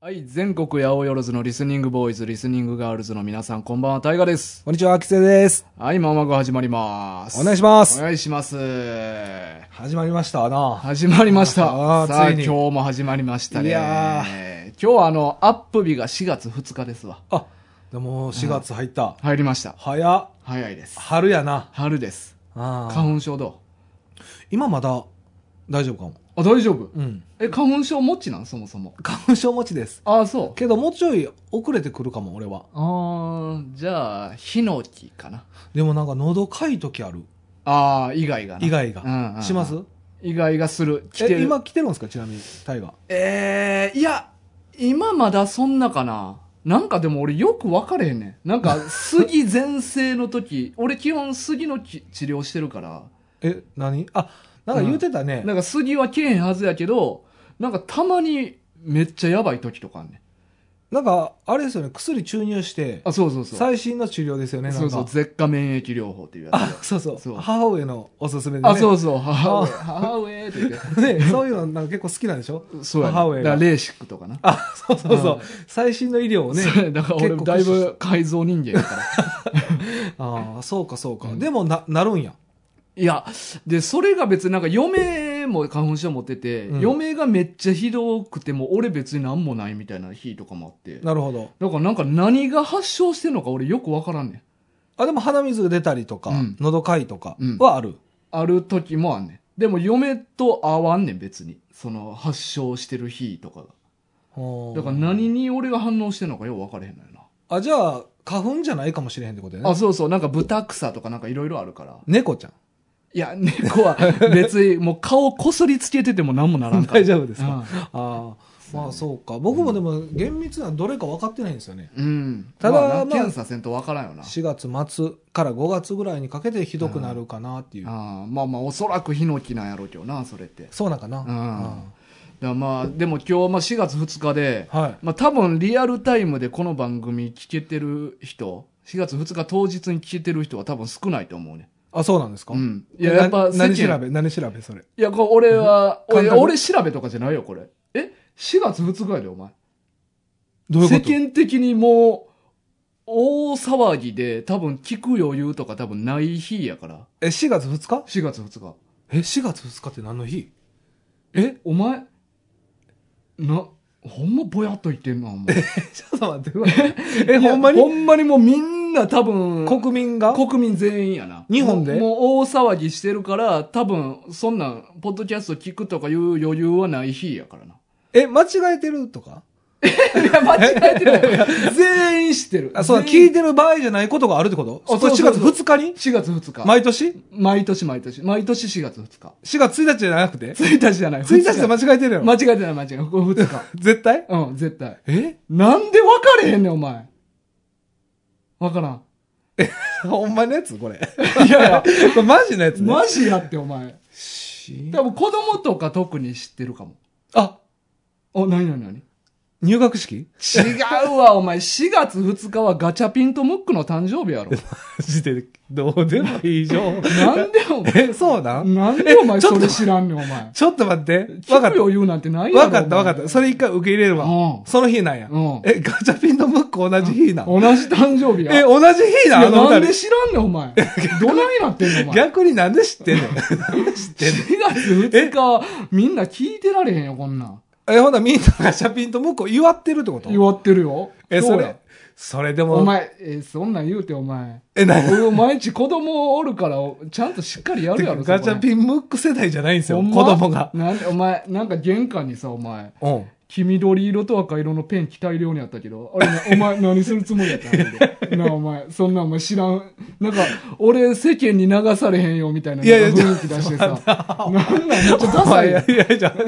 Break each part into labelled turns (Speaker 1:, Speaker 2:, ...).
Speaker 1: はい、全国八百万のリスニングボーイズ、リスニングガールズの皆さん、こんばんは、タイガです。
Speaker 2: こんにちは、アキセです。
Speaker 1: はい、まもなく始まります。
Speaker 2: お願いします
Speaker 1: お願いします。
Speaker 2: 始まりましたな。
Speaker 1: 始まりました。
Speaker 2: あー
Speaker 1: さあ、
Speaker 2: つい
Speaker 1: 今
Speaker 2: に
Speaker 1: 日も始まりましたね。
Speaker 2: いや
Speaker 1: 今日はあの、アップ日が4月2日ですわ。
Speaker 2: あ、でも4月入った。
Speaker 1: 入りました。
Speaker 2: 早っ、
Speaker 1: 早いです。
Speaker 2: 春やな。
Speaker 1: 春です。
Speaker 2: あー
Speaker 1: 花粉症ど
Speaker 2: 今まだ大丈夫かも。
Speaker 1: うあ、大丈夫
Speaker 2: うん。
Speaker 1: え、花粉症持ちなんそもそも。
Speaker 2: 花粉症持ちです。
Speaker 1: ああ、そう。
Speaker 2: けどもうちょい遅れてくるかも、俺は。
Speaker 1: ああ、じゃあ、ヒノキかな。
Speaker 2: でもなんか喉かゆい時ある。
Speaker 1: ああ、以外がな。
Speaker 2: 以外
Speaker 1: うんうんう
Speaker 2: が。
Speaker 1: ん
Speaker 2: します
Speaker 1: 以外がする。来て
Speaker 2: え、
Speaker 1: る。
Speaker 2: 今来てるんですかちなみに、タイガー。
Speaker 1: えー、いや、今まだそんなかな。なんかでも俺よく分かれへんねん。なんか、杉全盛の時、 俺基本杉のき治療してるから、
Speaker 2: え、何あ、なんか言うてたね。
Speaker 1: なんか杉はけえへんはずやけど、なんかたまにめっちゃやばい時とかあんねん。
Speaker 2: なんか、あれですよね、薬注入して、
Speaker 1: あ、そうそうそう。
Speaker 2: 最新の治療ですよね、なん
Speaker 1: そ
Speaker 2: か。
Speaker 1: うそう、舌下免疫療法っていうや
Speaker 2: あ、
Speaker 1: つ。
Speaker 2: そうそう
Speaker 1: そう
Speaker 2: 母上のおすすめでね。
Speaker 1: あ、そうそう、母上、母上って言って。
Speaker 2: ね、そういうのなんか結構好きなんでしょ
Speaker 1: そうや、ね。
Speaker 2: 母上が
Speaker 1: だからレーシックとかな。
Speaker 2: あ、そうそうそう。
Speaker 1: うん
Speaker 2: 最新の医療をね。
Speaker 1: そうや だから俺
Speaker 2: 結構
Speaker 1: だい
Speaker 2: 駆使
Speaker 1: ぶ改造人間やから。
Speaker 2: ああ、そうかそうか。
Speaker 1: うん
Speaker 2: でもな、なるんや。
Speaker 1: いや、で、それが別になんか嫁も花粉症持ってて、
Speaker 2: うん
Speaker 1: 嫁がめっちゃひどくても俺別になんもないみたいな日とかもあって。だ
Speaker 2: なるほど。
Speaker 1: からなんか何が発症してんのか俺よくわからんねん。
Speaker 2: あ、でも鼻水が出たりとか、
Speaker 1: うん
Speaker 2: 喉かいとか
Speaker 1: うん
Speaker 2: はある。
Speaker 1: ある時もあんねん。でも嫁と会わんねん別に。その発症してる日とかが。
Speaker 2: ほう
Speaker 1: だから何に俺が反応してんのかよくわからへんのよな。
Speaker 2: あ、じゃあ、花粉じゃないかもしれへんってことや
Speaker 1: あ、
Speaker 2: ね。
Speaker 1: そうそう。なんか豚草とかなんかいろいろあるから。
Speaker 2: 猫ちゃん。
Speaker 1: いや、猫は 別にもう顔こすりつけてても何もならんから。
Speaker 2: 大丈夫ですか、
Speaker 1: うん
Speaker 2: ああ、まあそうか。僕もでも厳密などれか分かってないんですよね。
Speaker 1: うん。
Speaker 2: ただ
Speaker 1: まあな
Speaker 2: まあ
Speaker 1: 検査せんとわからんよな。
Speaker 2: 4月末から5月ぐらいにかけてひどくなるかなっていう。
Speaker 1: ああまあまあおそらくヒノキなんやろうけどなそれってだか
Speaker 2: そうなんかな。
Speaker 1: らまあでも今日まあ4月2日で、
Speaker 2: うんはい。
Speaker 1: まあ、多分リアルタイムでこの番組聞けてる人4月2日当日に聞けてる人は多分少ないと思うね
Speaker 2: あ、そうなんですか、
Speaker 1: うんいややっぱ
Speaker 2: な何
Speaker 1: 世間
Speaker 2: 調べ何調べそれ。
Speaker 1: いやこれ俺は
Speaker 2: 感
Speaker 1: 俺
Speaker 2: 覚
Speaker 1: 俺調べとかじゃないよこれえ4月2日やでお前
Speaker 2: どういうこ
Speaker 1: 世
Speaker 2: と
Speaker 1: 間的にもう大騒ぎで多分聞く余裕とか多分ない日やから
Speaker 2: え、4月2日
Speaker 1: 4月2日
Speaker 2: え、4月2日って何の日
Speaker 1: えお前なほんまぼやっと言ってんなお前
Speaker 2: ちょっと待って、え、 ほんま
Speaker 1: ほ
Speaker 2: に
Speaker 1: んまにもうみんな多分
Speaker 2: 国民が
Speaker 1: 国民全員やな
Speaker 2: 日本で
Speaker 1: もうもう大騒ぎしてるから多分そんなんポッドキャスト聞くとかいう余裕はない日や からな
Speaker 2: え、間違えてるとか
Speaker 1: いや間違えてないよ 全員知ってる
Speaker 2: あ、そうだ、聞
Speaker 1: 全員
Speaker 2: いてる場合じゃないことがあるってこと
Speaker 1: あ
Speaker 2: それ
Speaker 1: そう
Speaker 2: 4
Speaker 1: そう
Speaker 2: 月
Speaker 1: そう
Speaker 2: 2日に
Speaker 1: 4月2日
Speaker 2: 毎年
Speaker 1: 毎年毎年毎年4月2日
Speaker 2: ?4 月1日じゃなくて
Speaker 1: 1日じゃない
Speaker 2: ?1 日で間
Speaker 1: 間違
Speaker 2: 違えてるやろ
Speaker 1: えてない間違えてないこれ2日
Speaker 2: 絶対
Speaker 1: うん絶対
Speaker 2: え
Speaker 1: なんで分かれへんねんお前分からん
Speaker 2: ほんまのやつこれ。
Speaker 1: いやい や、
Speaker 2: これマジのやつね。
Speaker 1: マジやって、お前。
Speaker 2: し
Speaker 1: 多分子供とか特に知ってるかも。
Speaker 2: あ、
Speaker 1: お、なになになに
Speaker 2: 入学式
Speaker 1: 違うわ、お前。4月2日はガチャピンとムックの誕生日やろ。
Speaker 2: マジで、どうでもいいじゃん。
Speaker 1: なんでお前、
Speaker 2: え、そうなん
Speaker 1: なんでお前
Speaker 2: えちょっ
Speaker 1: そ
Speaker 2: と
Speaker 1: れ知らんねん、お前。
Speaker 2: ちょっと待って。わか
Speaker 1: 聞
Speaker 2: っ
Speaker 1: く
Speaker 2: た。
Speaker 1: よ言うなんてないやろ。
Speaker 2: わかったわかった。それ一回受け入れるわ
Speaker 1: うん。
Speaker 2: その日なんや
Speaker 1: うん。
Speaker 2: え、ガチャピンとムック同じ日なん
Speaker 1: お前。同じ誕生日や。
Speaker 2: え、
Speaker 1: い
Speaker 2: 同じ日な
Speaker 1: や、
Speaker 2: あの
Speaker 1: なん
Speaker 2: 二
Speaker 1: で
Speaker 2: 人。
Speaker 1: 知らんねん、お 前。どないなってんの、お前。4
Speaker 2: 逆になんで知ってんのなんで知ってんの
Speaker 1: 月2日はみんな聞いてられへんよ、こんなん。
Speaker 2: え、ほな、みんながシャピンと向こう祝ってるってこと
Speaker 1: 祝ってるよ。
Speaker 2: え、
Speaker 1: そう
Speaker 2: そ
Speaker 1: や
Speaker 2: れ。。それでも。
Speaker 1: お前、えーそんなん言うて、お前。
Speaker 2: え、な
Speaker 1: 俺毎日子供おるから、ちゃんとしっかりやるやろ、
Speaker 2: ガチャ
Speaker 1: ン
Speaker 2: ピンムック世代じゃないんですよ、
Speaker 1: ほんま
Speaker 2: 子供が。
Speaker 1: なんでお前、なんか玄関にさ、お前、
Speaker 2: うん。
Speaker 1: 黄緑色と赤色のペン着たい量にあったけど、あれな、お前何するつもりやったんや けどなあ、お前、そんなお前知らん。なんか、俺世間に流されへんよ、みたいな。
Speaker 2: いやいや
Speaker 1: なんか雰囲気出してさ。なんなん、めっちゃダサい
Speaker 2: い
Speaker 1: や
Speaker 2: やいやいや、
Speaker 1: ん。な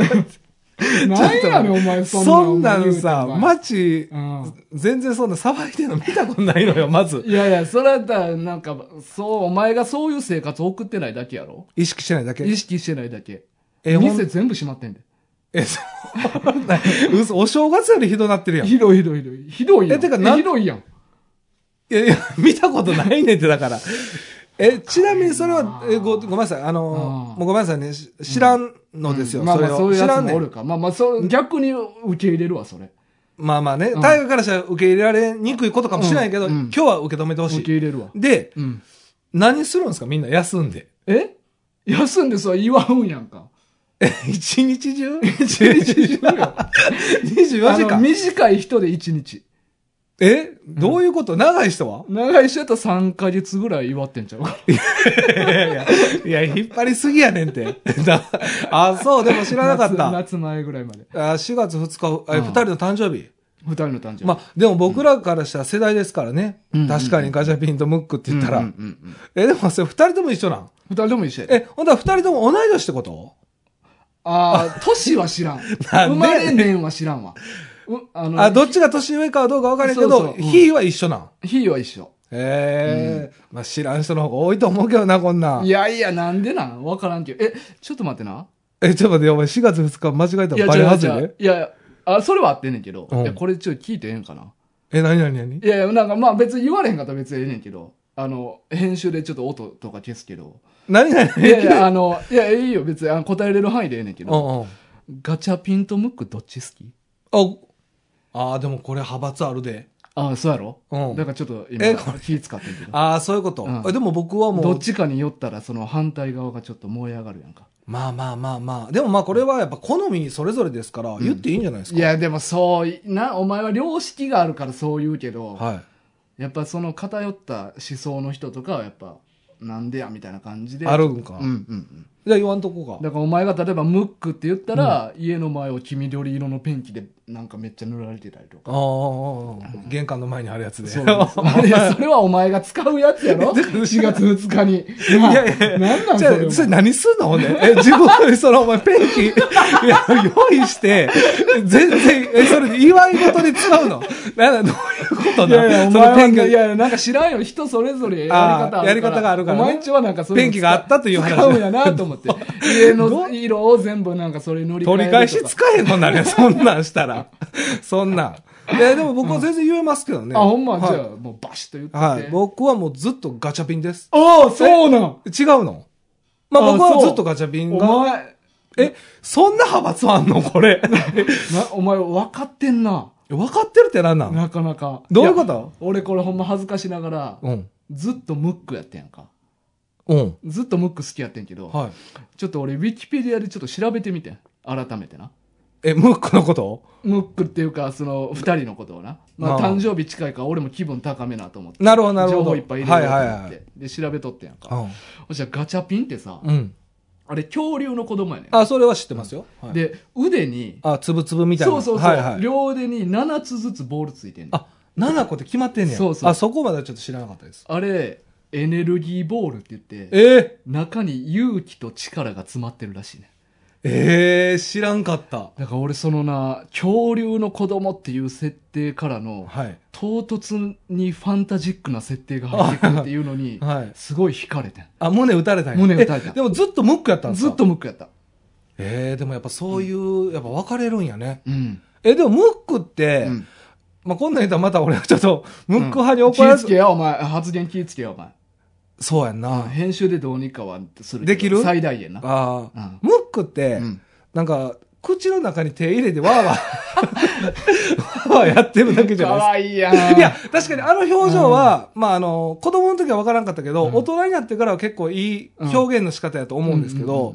Speaker 1: んやねん、お前、そんなん。
Speaker 2: そんなんさ
Speaker 1: お、前
Speaker 2: 街、
Speaker 1: うん
Speaker 2: 全然そんな騒いでるの見たことないのよ、まず。
Speaker 1: いやいや、それはだ、なんか、そう、お前がそういう生活を送ってないだけやろ
Speaker 2: 意識してないだけ。
Speaker 1: 意識してないだけ。
Speaker 2: え、ほん
Speaker 1: 店全部閉まってんで。
Speaker 2: え、そんな、嘘、お正月よりひどなってるやん。い
Speaker 1: ひどいひどいひどい。ひどいやん。
Speaker 2: えてかなん
Speaker 1: ひどいやん。
Speaker 2: やいや、見たことないねんって、だから。え、ちなみにそれは、えご、ごめんなさい、あの
Speaker 1: う、ん
Speaker 2: もうごめんなさいね、し知らんのですよ、
Speaker 1: まあまあ
Speaker 2: を
Speaker 1: そういう
Speaker 2: 知
Speaker 1: や
Speaker 2: ら
Speaker 1: つ
Speaker 2: んね
Speaker 1: も
Speaker 2: ん
Speaker 1: おるか。まあまあそう、逆に受け入れるわ、それ。
Speaker 2: まあまあね、
Speaker 1: うん
Speaker 2: 大河からしたら受け入れられにくいことかもしれないけど、
Speaker 1: うんうん
Speaker 2: 今日は受け止めてほし
Speaker 1: 受け
Speaker 2: い。
Speaker 1: 入れるわ。
Speaker 2: で、
Speaker 1: うん。
Speaker 2: 何するんですかみんな休 んで。
Speaker 1: え休んでそう言わうんやんか。
Speaker 2: 一日中一日中 ?24 時
Speaker 1: あの
Speaker 2: 間
Speaker 1: 短い人で1日。
Speaker 2: えどういうこと、長い 人は
Speaker 1: 長い人やったら3ヶ月ぐらい祝ってんちゃうか。
Speaker 2: いやいや、いや引っ張りすぎやねんて。だあ、そう、でも知らなかっ
Speaker 1: 夏
Speaker 2: た。
Speaker 1: 夏前ぐらいまで。
Speaker 2: あ4月2日、え
Speaker 1: うん
Speaker 2: 2人の誕生日。
Speaker 1: 二人の誕生日。
Speaker 2: まあ、でも僕らからしたら世代ですからね。
Speaker 1: うん
Speaker 2: 確かにガチャピンとムックって言ったら。
Speaker 1: うんうんうんうん
Speaker 2: え、でもそれ2人とも一緒なん
Speaker 1: 二人とも一緒やで。
Speaker 2: え、ほんとは2人とも同い年ってこと
Speaker 1: ああ、年は知らん。
Speaker 2: なん
Speaker 1: 生
Speaker 2: で
Speaker 1: まれ年は知らんわ。うあの、
Speaker 2: あ、どっちが年上かはどうか分からんけ
Speaker 1: そうそ
Speaker 2: ど、
Speaker 1: ううん
Speaker 2: 日は一緒なん。
Speaker 1: 日は一緒。
Speaker 2: へえ、まあ知らん人の方が多いと思うけどな、こんないん。
Speaker 1: やいや、なんでなんわからんけど。え、ちょっと待ってな。
Speaker 2: え、ちょっと待って、お前4月2日間違えた
Speaker 1: い
Speaker 2: ら
Speaker 1: や、
Speaker 2: バ
Speaker 1: 違
Speaker 2: レ
Speaker 1: う
Speaker 2: は
Speaker 1: 違
Speaker 2: ず
Speaker 1: う
Speaker 2: い
Speaker 1: 違
Speaker 2: で
Speaker 1: う。。いやいや、あ、それは合ってんねんけど。
Speaker 2: うん
Speaker 1: いや、これちょっと聞いてええんかな。
Speaker 2: え、なになになに
Speaker 1: いやいや、なんかまあ別に言われへんかったら別にええねんけど。あの、編集でちょっと音とか消すけど。
Speaker 2: なになに
Speaker 1: いやいや、あの、いや、いいよ、別にあの答えれる範囲でええねんけ
Speaker 2: う
Speaker 1: ど。
Speaker 2: んうん。
Speaker 1: ガチャピンとムックどっち好き
Speaker 2: あ、あーでもこれ派閥あるで。
Speaker 1: ああ、そうやろ
Speaker 2: うん
Speaker 1: だからちょっと今
Speaker 2: えこ、
Speaker 1: 気使ってんけど。
Speaker 2: ああ、そういうこと。
Speaker 1: うん
Speaker 2: えでも僕はも
Speaker 1: どっ
Speaker 2: う、
Speaker 1: ちかに寄ったら、その反対側がちょっと燃え上がるやんか。
Speaker 2: まあまあまあまあ。でもまあこれはやっぱ好みそれぞれですから、言っていいんじゃないです
Speaker 1: い
Speaker 2: か。
Speaker 1: や、でもそうい、な、お前は良識があるからそう言うけど、
Speaker 2: は
Speaker 1: やっぱその偏った思想の人とかはやっぱ、なんでやみたいな感じ
Speaker 2: い。
Speaker 1: で。
Speaker 2: あるんか。
Speaker 1: うんうんうん。
Speaker 2: じゃあ言わんとこか。
Speaker 1: だからお前が例えばムックって言ったら、家の前を黄緑色のペンキでなんかめっちゃ塗られてたり とか。
Speaker 2: ああ、玄関の前にあるやつで。
Speaker 1: そうです。いや、それはお前が使うやつ やろ ?4 月2日に。い
Speaker 2: いやいやいや
Speaker 1: なんなん
Speaker 2: じゃ
Speaker 1: それ
Speaker 2: あ、それ何すんのほんで。え、自分でその、お前、ペンキ、い や用意して、全然、え、それ、祝い事で使うのなんだ、どういうこと
Speaker 1: い
Speaker 2: な
Speaker 1: やいや、お
Speaker 2: そのペ
Speaker 1: 前
Speaker 2: ンキ
Speaker 1: は、いやいや、なんか知らんよ。人それぞれやり方あるか
Speaker 2: あー
Speaker 1: ら。
Speaker 2: やり方があるからね
Speaker 1: お前んちはなんかそういうの
Speaker 2: ペンキがあったという話
Speaker 1: 使うんやなと思 って。家の色を全部なんかそれ乗り換え
Speaker 2: 取り返し
Speaker 1: つ
Speaker 2: 使えへんのになるよ、そんなんしたら。そんなん。え、でも僕は全然言えますけどね。
Speaker 1: あ、ほんま、じゃあ
Speaker 2: は、
Speaker 1: もうバシッと言っ
Speaker 2: い。はい
Speaker 1: て。て。
Speaker 2: 僕はもうずっとガチャピンです。
Speaker 1: おお、そうなん
Speaker 2: 違うのまあ
Speaker 1: あ
Speaker 2: 僕は
Speaker 1: そう
Speaker 2: ずっとガチャピン
Speaker 1: お
Speaker 2: が。
Speaker 1: 前、
Speaker 2: え、そんな派閥あんのこれ。
Speaker 1: な、お前分かってんな。
Speaker 2: 分かってるってなんなん
Speaker 1: なかなか。
Speaker 2: どういうこと
Speaker 1: や俺これほんま恥ずかしながら、
Speaker 2: うん。
Speaker 1: ずっとムックやってんやんか。
Speaker 2: うん。
Speaker 1: ずっとムック好きやってんけど、
Speaker 2: はい。
Speaker 1: ちょっと俺ウィキペディアでちょっと調べてみてん。改めてな。
Speaker 2: え、ムックのこと
Speaker 1: ムックっていうか、その、二人のことをな。ま
Speaker 2: あ
Speaker 1: あ、
Speaker 2: あ
Speaker 1: 誕生日近いから、俺も気分高めなと思って。
Speaker 2: なるほどなるほど
Speaker 1: 情報いっぱい入れようと思って。
Speaker 2: はいはいはい
Speaker 1: で、調べとってんやんか。
Speaker 2: ん。
Speaker 1: そしたらガチャピンってさ、
Speaker 2: うん。
Speaker 1: あれ、恐竜の子供やねん。
Speaker 2: あ、それは知ってますよ。はい、
Speaker 1: で、腕に、
Speaker 2: あ、つぶつぶみたいな。
Speaker 1: そうそうそう、
Speaker 2: はいはい。
Speaker 1: 両腕に7つずつボールついてんねん。
Speaker 2: あ、7個って決まってんねや。
Speaker 1: そうそう
Speaker 2: あ、そこまではちょっと知らなかったです。
Speaker 1: あれ、エネルギーボールって言って、
Speaker 2: ええ
Speaker 1: 中に勇気と力が詰まってるらしいねん。
Speaker 2: ええ知らんかった。
Speaker 1: だから俺そのな、恐竜の子供っていう設定からの、
Speaker 2: はい。
Speaker 1: 唐突にファンタジックな設定が入ってくるっていうの に、
Speaker 2: はい。
Speaker 1: すごい惹かれてん。
Speaker 2: あ、胸打たれたんや。
Speaker 1: 胸打たれた
Speaker 2: えでもずっとムックやったんです
Speaker 1: ず
Speaker 2: か
Speaker 1: っと。ムックやった。
Speaker 2: ええでもやっぱそういう、やっぱ分かれるんやね。
Speaker 1: うん。
Speaker 2: え、でもムックって、
Speaker 1: うん
Speaker 2: まあ、こんなん言ったらまた俺はちょっと、ムック派に
Speaker 1: 気
Speaker 2: 怒ら
Speaker 1: ぃ
Speaker 2: れ
Speaker 1: つ
Speaker 2: る、
Speaker 1: けや、お前。発言気ぃつけや、お前。
Speaker 2: そうやんな。
Speaker 1: 編集でどうにかはするけど。
Speaker 2: できる
Speaker 1: 最大限な。
Speaker 2: あ
Speaker 1: う
Speaker 2: あ、
Speaker 1: ん
Speaker 2: ムックって、
Speaker 1: うん
Speaker 2: なんか、口の中に手入れてわ ーわー、わーわーやってるだけじゃ
Speaker 1: か
Speaker 2: ないです
Speaker 1: わ
Speaker 2: か
Speaker 1: いいやん。
Speaker 2: いや、、確かにあの表情は、まああの、子供の時は分からんかったけど、大人になってからは結構いい表現の仕方やと思うんですけど、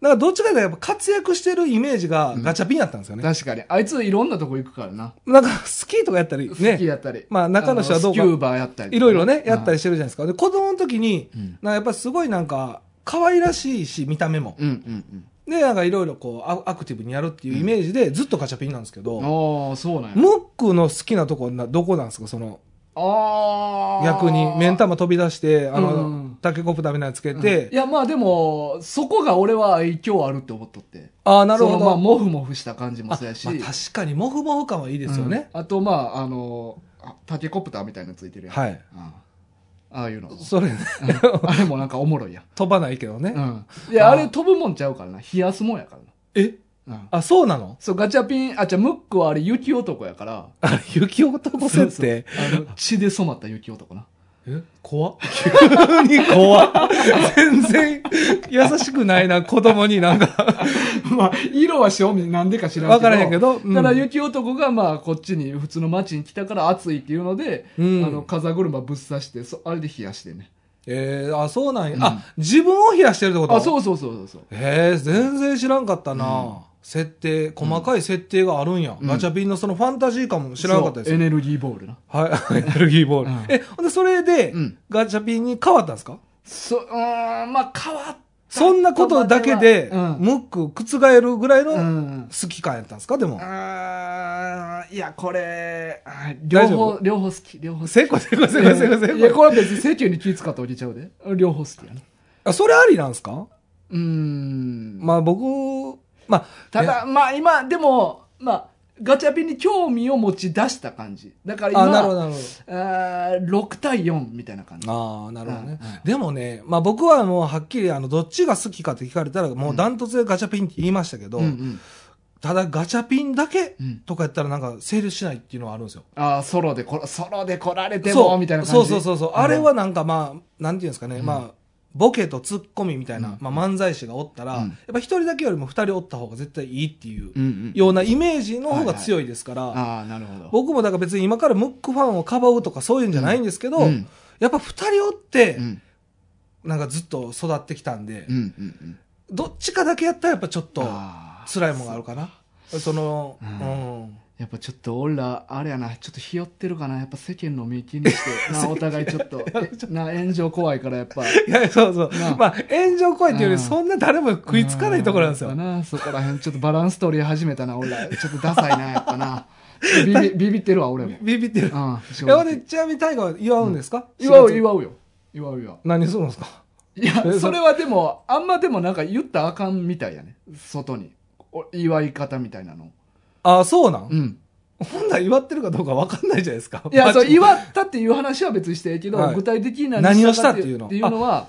Speaker 2: なんかどっちかというとやっぱ活躍してるイメージがガチャピンやったんですよね。
Speaker 1: 確かに。あいついろんなとこ行くからな。
Speaker 2: なんかスキーとかやったり
Speaker 1: 好き
Speaker 2: ね、
Speaker 1: やったり。
Speaker 2: まあ中の人はどうか
Speaker 1: あのスキューバーやったりとか。
Speaker 2: いろいろね、やったり
Speaker 1: し
Speaker 2: してるじゃないですか。で、子供の時に
Speaker 1: うん、
Speaker 2: なんかやっぱすごいなんか、可愛らしいし、見た目も。
Speaker 1: うんうん
Speaker 2: で、なんかいろいろこう、アアクティブにやるっていうイメージで、ずっとガチャピンなんですけ
Speaker 1: う
Speaker 2: ど、
Speaker 1: ん。ああ、そうなんや。
Speaker 2: ムックの好きなとこな、どこなんですかその、
Speaker 1: ああ。
Speaker 2: 逆に、目ん玉飛び出して、あ
Speaker 1: う
Speaker 2: の
Speaker 1: ん、
Speaker 2: タケコプターみたいなのつけ
Speaker 1: うんい
Speaker 2: て、
Speaker 1: や、まあでも、そこが俺は愛嬌あるって思っとって。
Speaker 2: ああ、なるほ
Speaker 1: そのまあ、
Speaker 2: ど。
Speaker 1: もふもふした感じも
Speaker 2: あ
Speaker 1: そうやし。
Speaker 2: まあ確かに、モフモフ感はいいですよね。
Speaker 1: うんあとまああのあタケコプターみたいなのついてるやん、
Speaker 2: はい。
Speaker 1: うんああいうの
Speaker 2: それね、
Speaker 1: あれもなんかおもろいやん、
Speaker 2: 飛ばないけどね
Speaker 1: う。ん、 いや
Speaker 2: あ
Speaker 1: あ
Speaker 2: あ
Speaker 1: れ飛ぶもんちゃうからな冷やすもんやから
Speaker 2: え
Speaker 1: な、うん、
Speaker 2: あ、そうなの
Speaker 1: そうガチャピンあじゃあムックはあれ雪男やから
Speaker 2: あれ、雪男設
Speaker 1: そう
Speaker 2: 定。
Speaker 1: そうあの血で染まった雪男な
Speaker 2: ええ怖っ急に怖っ 全然優しくないな、子供になんか。
Speaker 1: まあ、色は正味なんでか知らんけど。
Speaker 2: わからへんけど。うん
Speaker 1: ただ雪男がまあこっちに普通の町に来たから暑いっていうので、
Speaker 2: うん
Speaker 1: あの風車ぶっ刺してそあれで冷やしてね
Speaker 2: えー、あ、そうなんや。
Speaker 1: うん
Speaker 2: あ、自分を冷やしてるってこと。
Speaker 1: あそううそうそうそうそう
Speaker 2: へえー、全然知らんかったな、
Speaker 1: うん
Speaker 2: 設定、細かい設定があるんや。
Speaker 1: うん
Speaker 2: ガチャピンのそのファンタジー感も知らなかったです
Speaker 1: そう
Speaker 2: よ
Speaker 1: エ。ネルギーボールな
Speaker 2: はい、エネルギーボール。
Speaker 1: うん
Speaker 2: え、ほんで、それで、
Speaker 1: うん
Speaker 2: ガチャピンに変わったんですか
Speaker 1: そうーんまあ変わった
Speaker 2: そんなことだけで、
Speaker 1: うん
Speaker 2: ムック覆るぐらいうの
Speaker 1: ん
Speaker 2: 好き感やったんですかでも。
Speaker 1: あーいやこれあー両
Speaker 2: 大丈
Speaker 1: 方
Speaker 2: 夫
Speaker 1: 両方好き両方好き
Speaker 2: せこせこせこせこせ
Speaker 1: いや
Speaker 2: こ。
Speaker 1: これは別に世間に気使っておじちゃうで両方好きやな
Speaker 2: あそれありなんですか
Speaker 1: うーん
Speaker 2: まあ僕、まあ、
Speaker 1: ただまあ今でもまあガチャピンに興味を持ち出した感じだから
Speaker 2: ね、
Speaker 1: 今
Speaker 2: あ、なるほど、なるほど。
Speaker 1: あー6対4みたいな感じ
Speaker 2: ああ、なるほどね
Speaker 1: うんうん。
Speaker 2: でもね、まあ僕はもうはっきり、あの、どっちが好きかって聞かれたら、もうダントツでガチャピンって言いましたけど、
Speaker 1: うんうん
Speaker 2: ただガチャピンだけ
Speaker 1: うん
Speaker 2: とかやったらなんか成立しないっていうのはあるんですよ。
Speaker 1: あーソロでこソロで来られて
Speaker 2: そ
Speaker 1: も
Speaker 2: う
Speaker 1: みたいな感じ
Speaker 2: そうそうそうそう、
Speaker 1: ん
Speaker 2: あれはなんかまあなんていうんですかね、
Speaker 1: うん
Speaker 2: まあボケとツッコミみたいな、
Speaker 1: うん
Speaker 2: まあ、漫才師がおったら、
Speaker 1: うん
Speaker 2: やっぱ一人だけよりも二人おった方が絶対いいっていう
Speaker 1: うんうん
Speaker 2: ようなイメージの方が強いですから、
Speaker 1: ああなるほど
Speaker 2: 僕もだから別に今からムックファンをかばうとかそういうんじゃないんですけど、
Speaker 1: うん
Speaker 2: やっぱ二人おって、
Speaker 1: うん
Speaker 2: なんかずっと育ってきたんで、
Speaker 1: うんうん
Speaker 2: どっちかだけやったらやっぱちょ
Speaker 1: う
Speaker 2: っ
Speaker 1: ん
Speaker 2: と
Speaker 1: あー
Speaker 2: 辛いもんがあるかな。その、
Speaker 1: う
Speaker 2: うんん。
Speaker 1: やっぱちょっと俺らあれやなちょっとひよってるかなやっぱ世間の目気にして なお互いちょっとえな炎上怖いからやっぱ
Speaker 2: いや、そうそう
Speaker 1: なあ。
Speaker 2: まあ、炎上声っていう
Speaker 1: うん
Speaker 2: より、そんな誰も食いつかないところなんですよ
Speaker 1: う。やっぱなそこら辺ちょっとバランス取り始めたな俺らちょっとダサいなやっぱなビ ビビビってるわ俺もうん
Speaker 2: ビビってる。
Speaker 1: 正
Speaker 2: え、
Speaker 1: 直
Speaker 2: ほんで、ちなみに大河は祝うんですか
Speaker 1: 祝う
Speaker 2: う。
Speaker 1: 祝うよ祝うよ
Speaker 2: 何するんですか
Speaker 1: いや
Speaker 2: えそ
Speaker 1: それはでもあんまでもなんか言ったらあかんみたいやね外にお祝い方みたいなの
Speaker 2: あ、そうなん、
Speaker 1: うん
Speaker 2: ほんなら祝ってるかどうかわかんないじゃないですか。
Speaker 1: いや
Speaker 2: マジ
Speaker 1: そう
Speaker 2: で
Speaker 1: 祝ったっていう話は別にしてええけど、
Speaker 2: はい
Speaker 1: 具体的に
Speaker 2: 何を
Speaker 1: っ
Speaker 2: してた
Speaker 1: い
Speaker 2: っていううの
Speaker 1: のは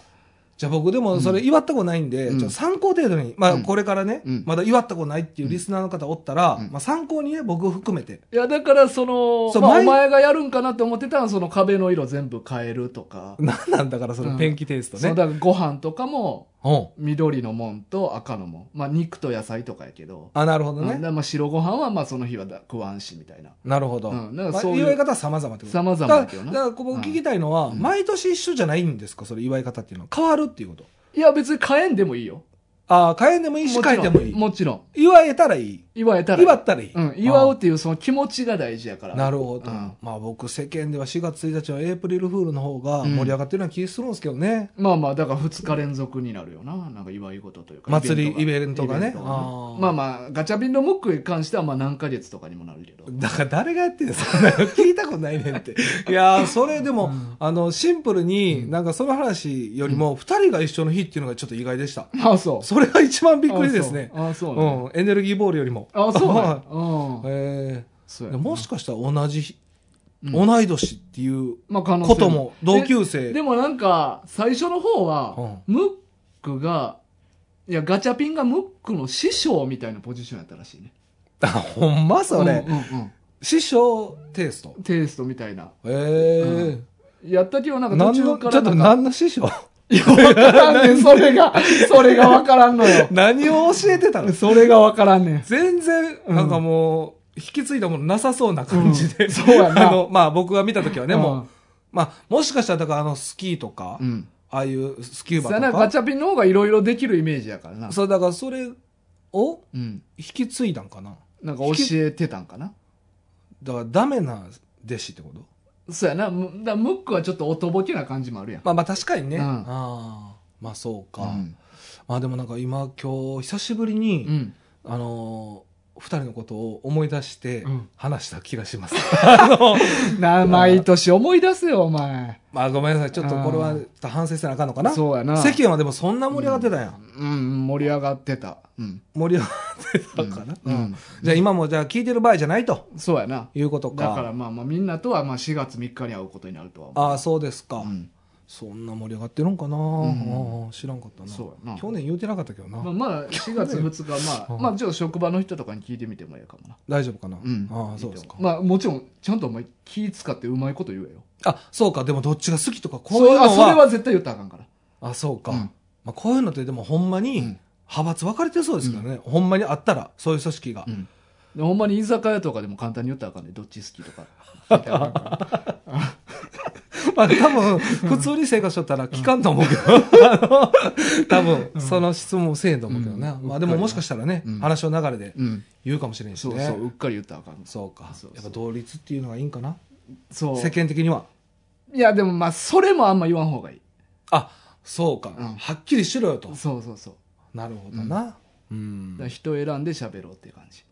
Speaker 2: じゃあ僕でもそれ祝ったことないんで、
Speaker 1: うん
Speaker 2: ちょっと参考程度に、まあ
Speaker 1: うん
Speaker 2: これからね、
Speaker 1: うん
Speaker 2: まだ祝ったことないっていうリスナーの方おったら、
Speaker 1: うん
Speaker 2: まあ参考にね、僕を含めて。
Speaker 1: いやだからその
Speaker 2: そう
Speaker 1: まあ、お
Speaker 2: 前
Speaker 1: 前がやるんかなって思ってたのはその壁の色全部変えるとか、
Speaker 2: なんなんだからそのペンキテイスト
Speaker 1: そう
Speaker 2: ね。
Speaker 1: だからご飯とかも
Speaker 2: うん。
Speaker 1: 緑のもんと赤のもん、まあ、肉と野菜とかやけど、
Speaker 2: あ、なるほど
Speaker 1: うんだか
Speaker 2: ね。
Speaker 1: らまあ白ご飯はまあその日はだ食わんしみたいな
Speaker 2: なるほど。
Speaker 1: うんだから
Speaker 2: まあ
Speaker 1: そういう
Speaker 2: 祝い方は様々ってこと
Speaker 1: 様々だけどな
Speaker 2: だから、だからここ聞きたいのは、
Speaker 1: うん
Speaker 2: 毎年一緒じゃないんですかそれ祝い方っていうのは。変わるっていうこと。
Speaker 1: いや別に変えんでもいいよ
Speaker 2: ああ、変えんでもいいし、
Speaker 1: もちろん
Speaker 2: 変えてもいい。
Speaker 1: もちろん
Speaker 2: 祝えたらいい。
Speaker 1: 祝えたら
Speaker 2: 祝ったらいい。
Speaker 1: うん、祝うっていうその気持ちが大事やから
Speaker 2: なるほど、
Speaker 1: うん
Speaker 2: まあ僕世間では4月1日はエイプリルフールの方が盛り上がってるような気するんですけどね、
Speaker 1: まあまあだから2日連続になるよななんか祝い事というか
Speaker 2: 祭り
Speaker 1: が
Speaker 2: イベントがね
Speaker 1: イベ
Speaker 2: あー
Speaker 1: まあまあガチャピンのムックに関してはまあ何ヶ月とかにもなるけど
Speaker 2: だから誰がやってるんで すか聞いたことないねんっていやーそれでも、
Speaker 1: うん
Speaker 2: あのシンプルになんかその話よりも2人が一緒の日っていうのがちょっと意外でした、
Speaker 1: あそう
Speaker 2: それが一番びっくりですね
Speaker 1: あそううあそうなんや
Speaker 2: んエネルギーボールよりも
Speaker 1: あ そうなんやうん
Speaker 2: え
Speaker 1: そう
Speaker 2: ー
Speaker 1: やな
Speaker 2: もしかしたら同じ日、
Speaker 1: うん
Speaker 2: 同い年っていう
Speaker 1: まあ可能性
Speaker 2: ことも同級
Speaker 1: で
Speaker 2: 生
Speaker 1: でもなんか最初の方はムックがいやガチャピンがムックの師匠みたいなポジションやったらしいね
Speaker 2: あほんまそれ、
Speaker 1: うんうん
Speaker 2: 師匠テイスト
Speaker 1: うんテイストみたいな
Speaker 2: ええ
Speaker 1: うやったけどなんか途
Speaker 2: 何
Speaker 1: 中
Speaker 2: のち
Speaker 1: か
Speaker 2: ょ
Speaker 1: ら
Speaker 2: っ
Speaker 1: な
Speaker 2: と
Speaker 1: んか
Speaker 2: 何の師匠
Speaker 1: いや、わからんねん、それが。それがわからんの よ。
Speaker 2: 何を教えてたの
Speaker 1: それがわからんねん。
Speaker 2: 全然、
Speaker 1: うん
Speaker 2: なんかもう、引き継いだものなさそうな感じで。
Speaker 1: うんそうやな
Speaker 2: あの、まあ僕が見た時はね、
Speaker 1: う
Speaker 2: もう、まあ、もしかしたらだからあの、スキーとか、
Speaker 1: ん、うん。
Speaker 2: ああいうスキュー
Speaker 1: そや
Speaker 2: バ
Speaker 1: な、
Speaker 2: と
Speaker 1: ガ
Speaker 2: か。
Speaker 1: チャピンの方がいろいろできるイメージやからな。
Speaker 2: そう、だからそれを
Speaker 1: うん。
Speaker 2: 引き継いだんかな。
Speaker 1: なんか教えてたんかな。
Speaker 2: だからダメな弟子ってこと
Speaker 1: そうやな、むだムックはちょっとおとぼけな感じもあるやん。
Speaker 2: まあまあ確かにね。
Speaker 1: うん
Speaker 2: ああまあそうか、
Speaker 1: うん。
Speaker 2: まあでもなんか今今日久しぶりに、
Speaker 1: うん。
Speaker 2: あのー、二人のことを思い出して
Speaker 1: うん
Speaker 2: 話した気がします。 あの
Speaker 1: な、毎年思い出せよ、お前。
Speaker 2: まあごめんなさい。ちょっとこれは反省せなあかんのかな。
Speaker 1: そうやな。
Speaker 2: 世間はでもそんな盛り上がってたやん。
Speaker 1: うん、盛り上がってた。うん。
Speaker 2: 盛り上がってたかな。
Speaker 1: う
Speaker 2: うんん
Speaker 1: うん
Speaker 2: じゃあ今もじゃあ聞いてる場合じゃないと
Speaker 1: そうやな。
Speaker 2: いうことか。
Speaker 1: だからまあまあ、みんなとはまあ4月3日に会うことになるとは思う。
Speaker 2: ああ、そうですか。
Speaker 1: うん。
Speaker 2: そんな盛り上がってるんかな、
Speaker 1: ん
Speaker 2: ああ知らんかったな
Speaker 1: そうやな
Speaker 2: 去年言うてなかったけどな、
Speaker 1: まあ、まだ4月2日、まあ、
Speaker 2: うん
Speaker 1: まあ、ちょっと職場の人とかに聞いてみてもええかもな。
Speaker 2: 大丈夫かな、
Speaker 1: うん。
Speaker 2: ああそうですか
Speaker 1: いいと思まあ、もちろん、ちゃんとお前気使ってうまいこと言えよ。
Speaker 2: あそうかでもどっちが好きとかこ
Speaker 1: そう
Speaker 2: いう
Speaker 1: れ
Speaker 2: の
Speaker 1: は、
Speaker 2: は
Speaker 1: それは絶対言ったらあかんから。
Speaker 2: あそうか、
Speaker 1: うん
Speaker 2: まあ、こういうのってでもほんまに
Speaker 1: うん
Speaker 2: 派閥分かれてそうですからね、ほんまにあったらそういう組織が、
Speaker 1: うん。でほんまに居酒屋とかでも簡単に言ったらあかんねどっち好きとか。聞いたらあかんから
Speaker 2: まあ多分普通に生活しとったら聞かんと思うけど、 あの多分その質問せえへんと思うけどね、
Speaker 1: うん
Speaker 2: まあでももしかしたらね、
Speaker 1: うん
Speaker 2: 話の流れで
Speaker 1: うん。
Speaker 2: 言うかもしれんし
Speaker 1: そ
Speaker 2: ね、
Speaker 1: うそう、うっかり言ったらあかん。
Speaker 2: そうか
Speaker 1: そうそう
Speaker 2: やっぱ同率っていうのがいいんかな
Speaker 1: そう。
Speaker 2: 世間的にはい
Speaker 1: や、でもまあ、それもあんま言わん方がいい。
Speaker 2: あそうか、
Speaker 1: うん
Speaker 2: はっきりしろよと
Speaker 1: そうそうそう。
Speaker 2: なるほどな、うん
Speaker 1: だから人選んで喋ろうっていう感じ。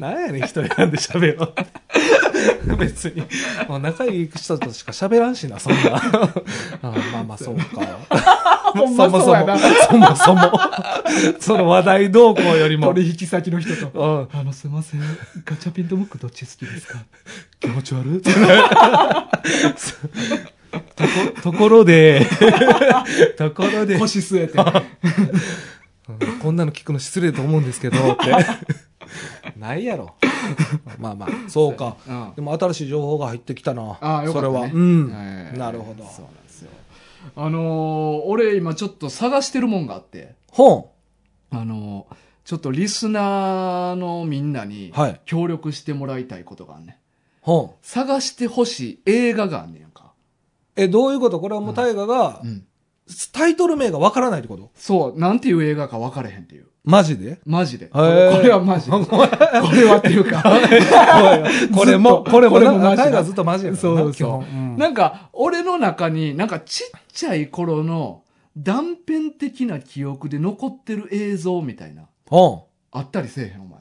Speaker 2: なんやねん、一人選んで喋ろう。 別に。もう仲良い人としか喋らんしな、 そんな。あまあまあ、そうか。
Speaker 1: ほんまそうやな
Speaker 2: そも そも。そもそも。その話題動向よりも。うん。
Speaker 1: 引先の人と。あの、すいません。ガチャピンとムックどっち好きですか
Speaker 2: 気持ち悪い。とことこ ろで、ところで、
Speaker 1: 腰据えて。
Speaker 2: うんこんなの聞くの失礼と思うんですけど、って。 ない やろ。まあまあ、そうか。
Speaker 1: うん
Speaker 2: でも新しい情報が入ってきたな。
Speaker 1: ああ、よか
Speaker 2: そ
Speaker 1: った、ね。
Speaker 2: れは。う
Speaker 1: はい
Speaker 2: ん。なるほど。
Speaker 1: そうなんですよ。あのー俺今ちょっと探してるもんがあって、
Speaker 2: 本
Speaker 1: あのーちょっとリスナーのみんなに
Speaker 2: はい、
Speaker 1: 協力してもらいたいことがあんねん。
Speaker 2: 本
Speaker 1: 探してほしい映画があんねんやんか。
Speaker 2: え、どういうことこれはもう大河が、
Speaker 1: ん。
Speaker 2: タイトル名がわからないってこと
Speaker 1: そう、なんていう映画か分かれへんっていう。
Speaker 2: マジで
Speaker 1: マジで。こ
Speaker 2: ー
Speaker 1: れはマジで。これはっていうか。
Speaker 2: これ
Speaker 1: ずっ
Speaker 2: も、
Speaker 1: と
Speaker 2: これ も、
Speaker 1: これ
Speaker 2: な
Speaker 1: もマジだ
Speaker 2: 大河ずっとマジやから
Speaker 1: そう
Speaker 2: な
Speaker 1: そう
Speaker 2: 基本
Speaker 1: そうう。
Speaker 2: ん
Speaker 1: なんか、俺の中に、なんかちっちゃい頃の断片的な記憶で残ってる映像みたいな。
Speaker 2: 本
Speaker 1: あったりせえへん、お前。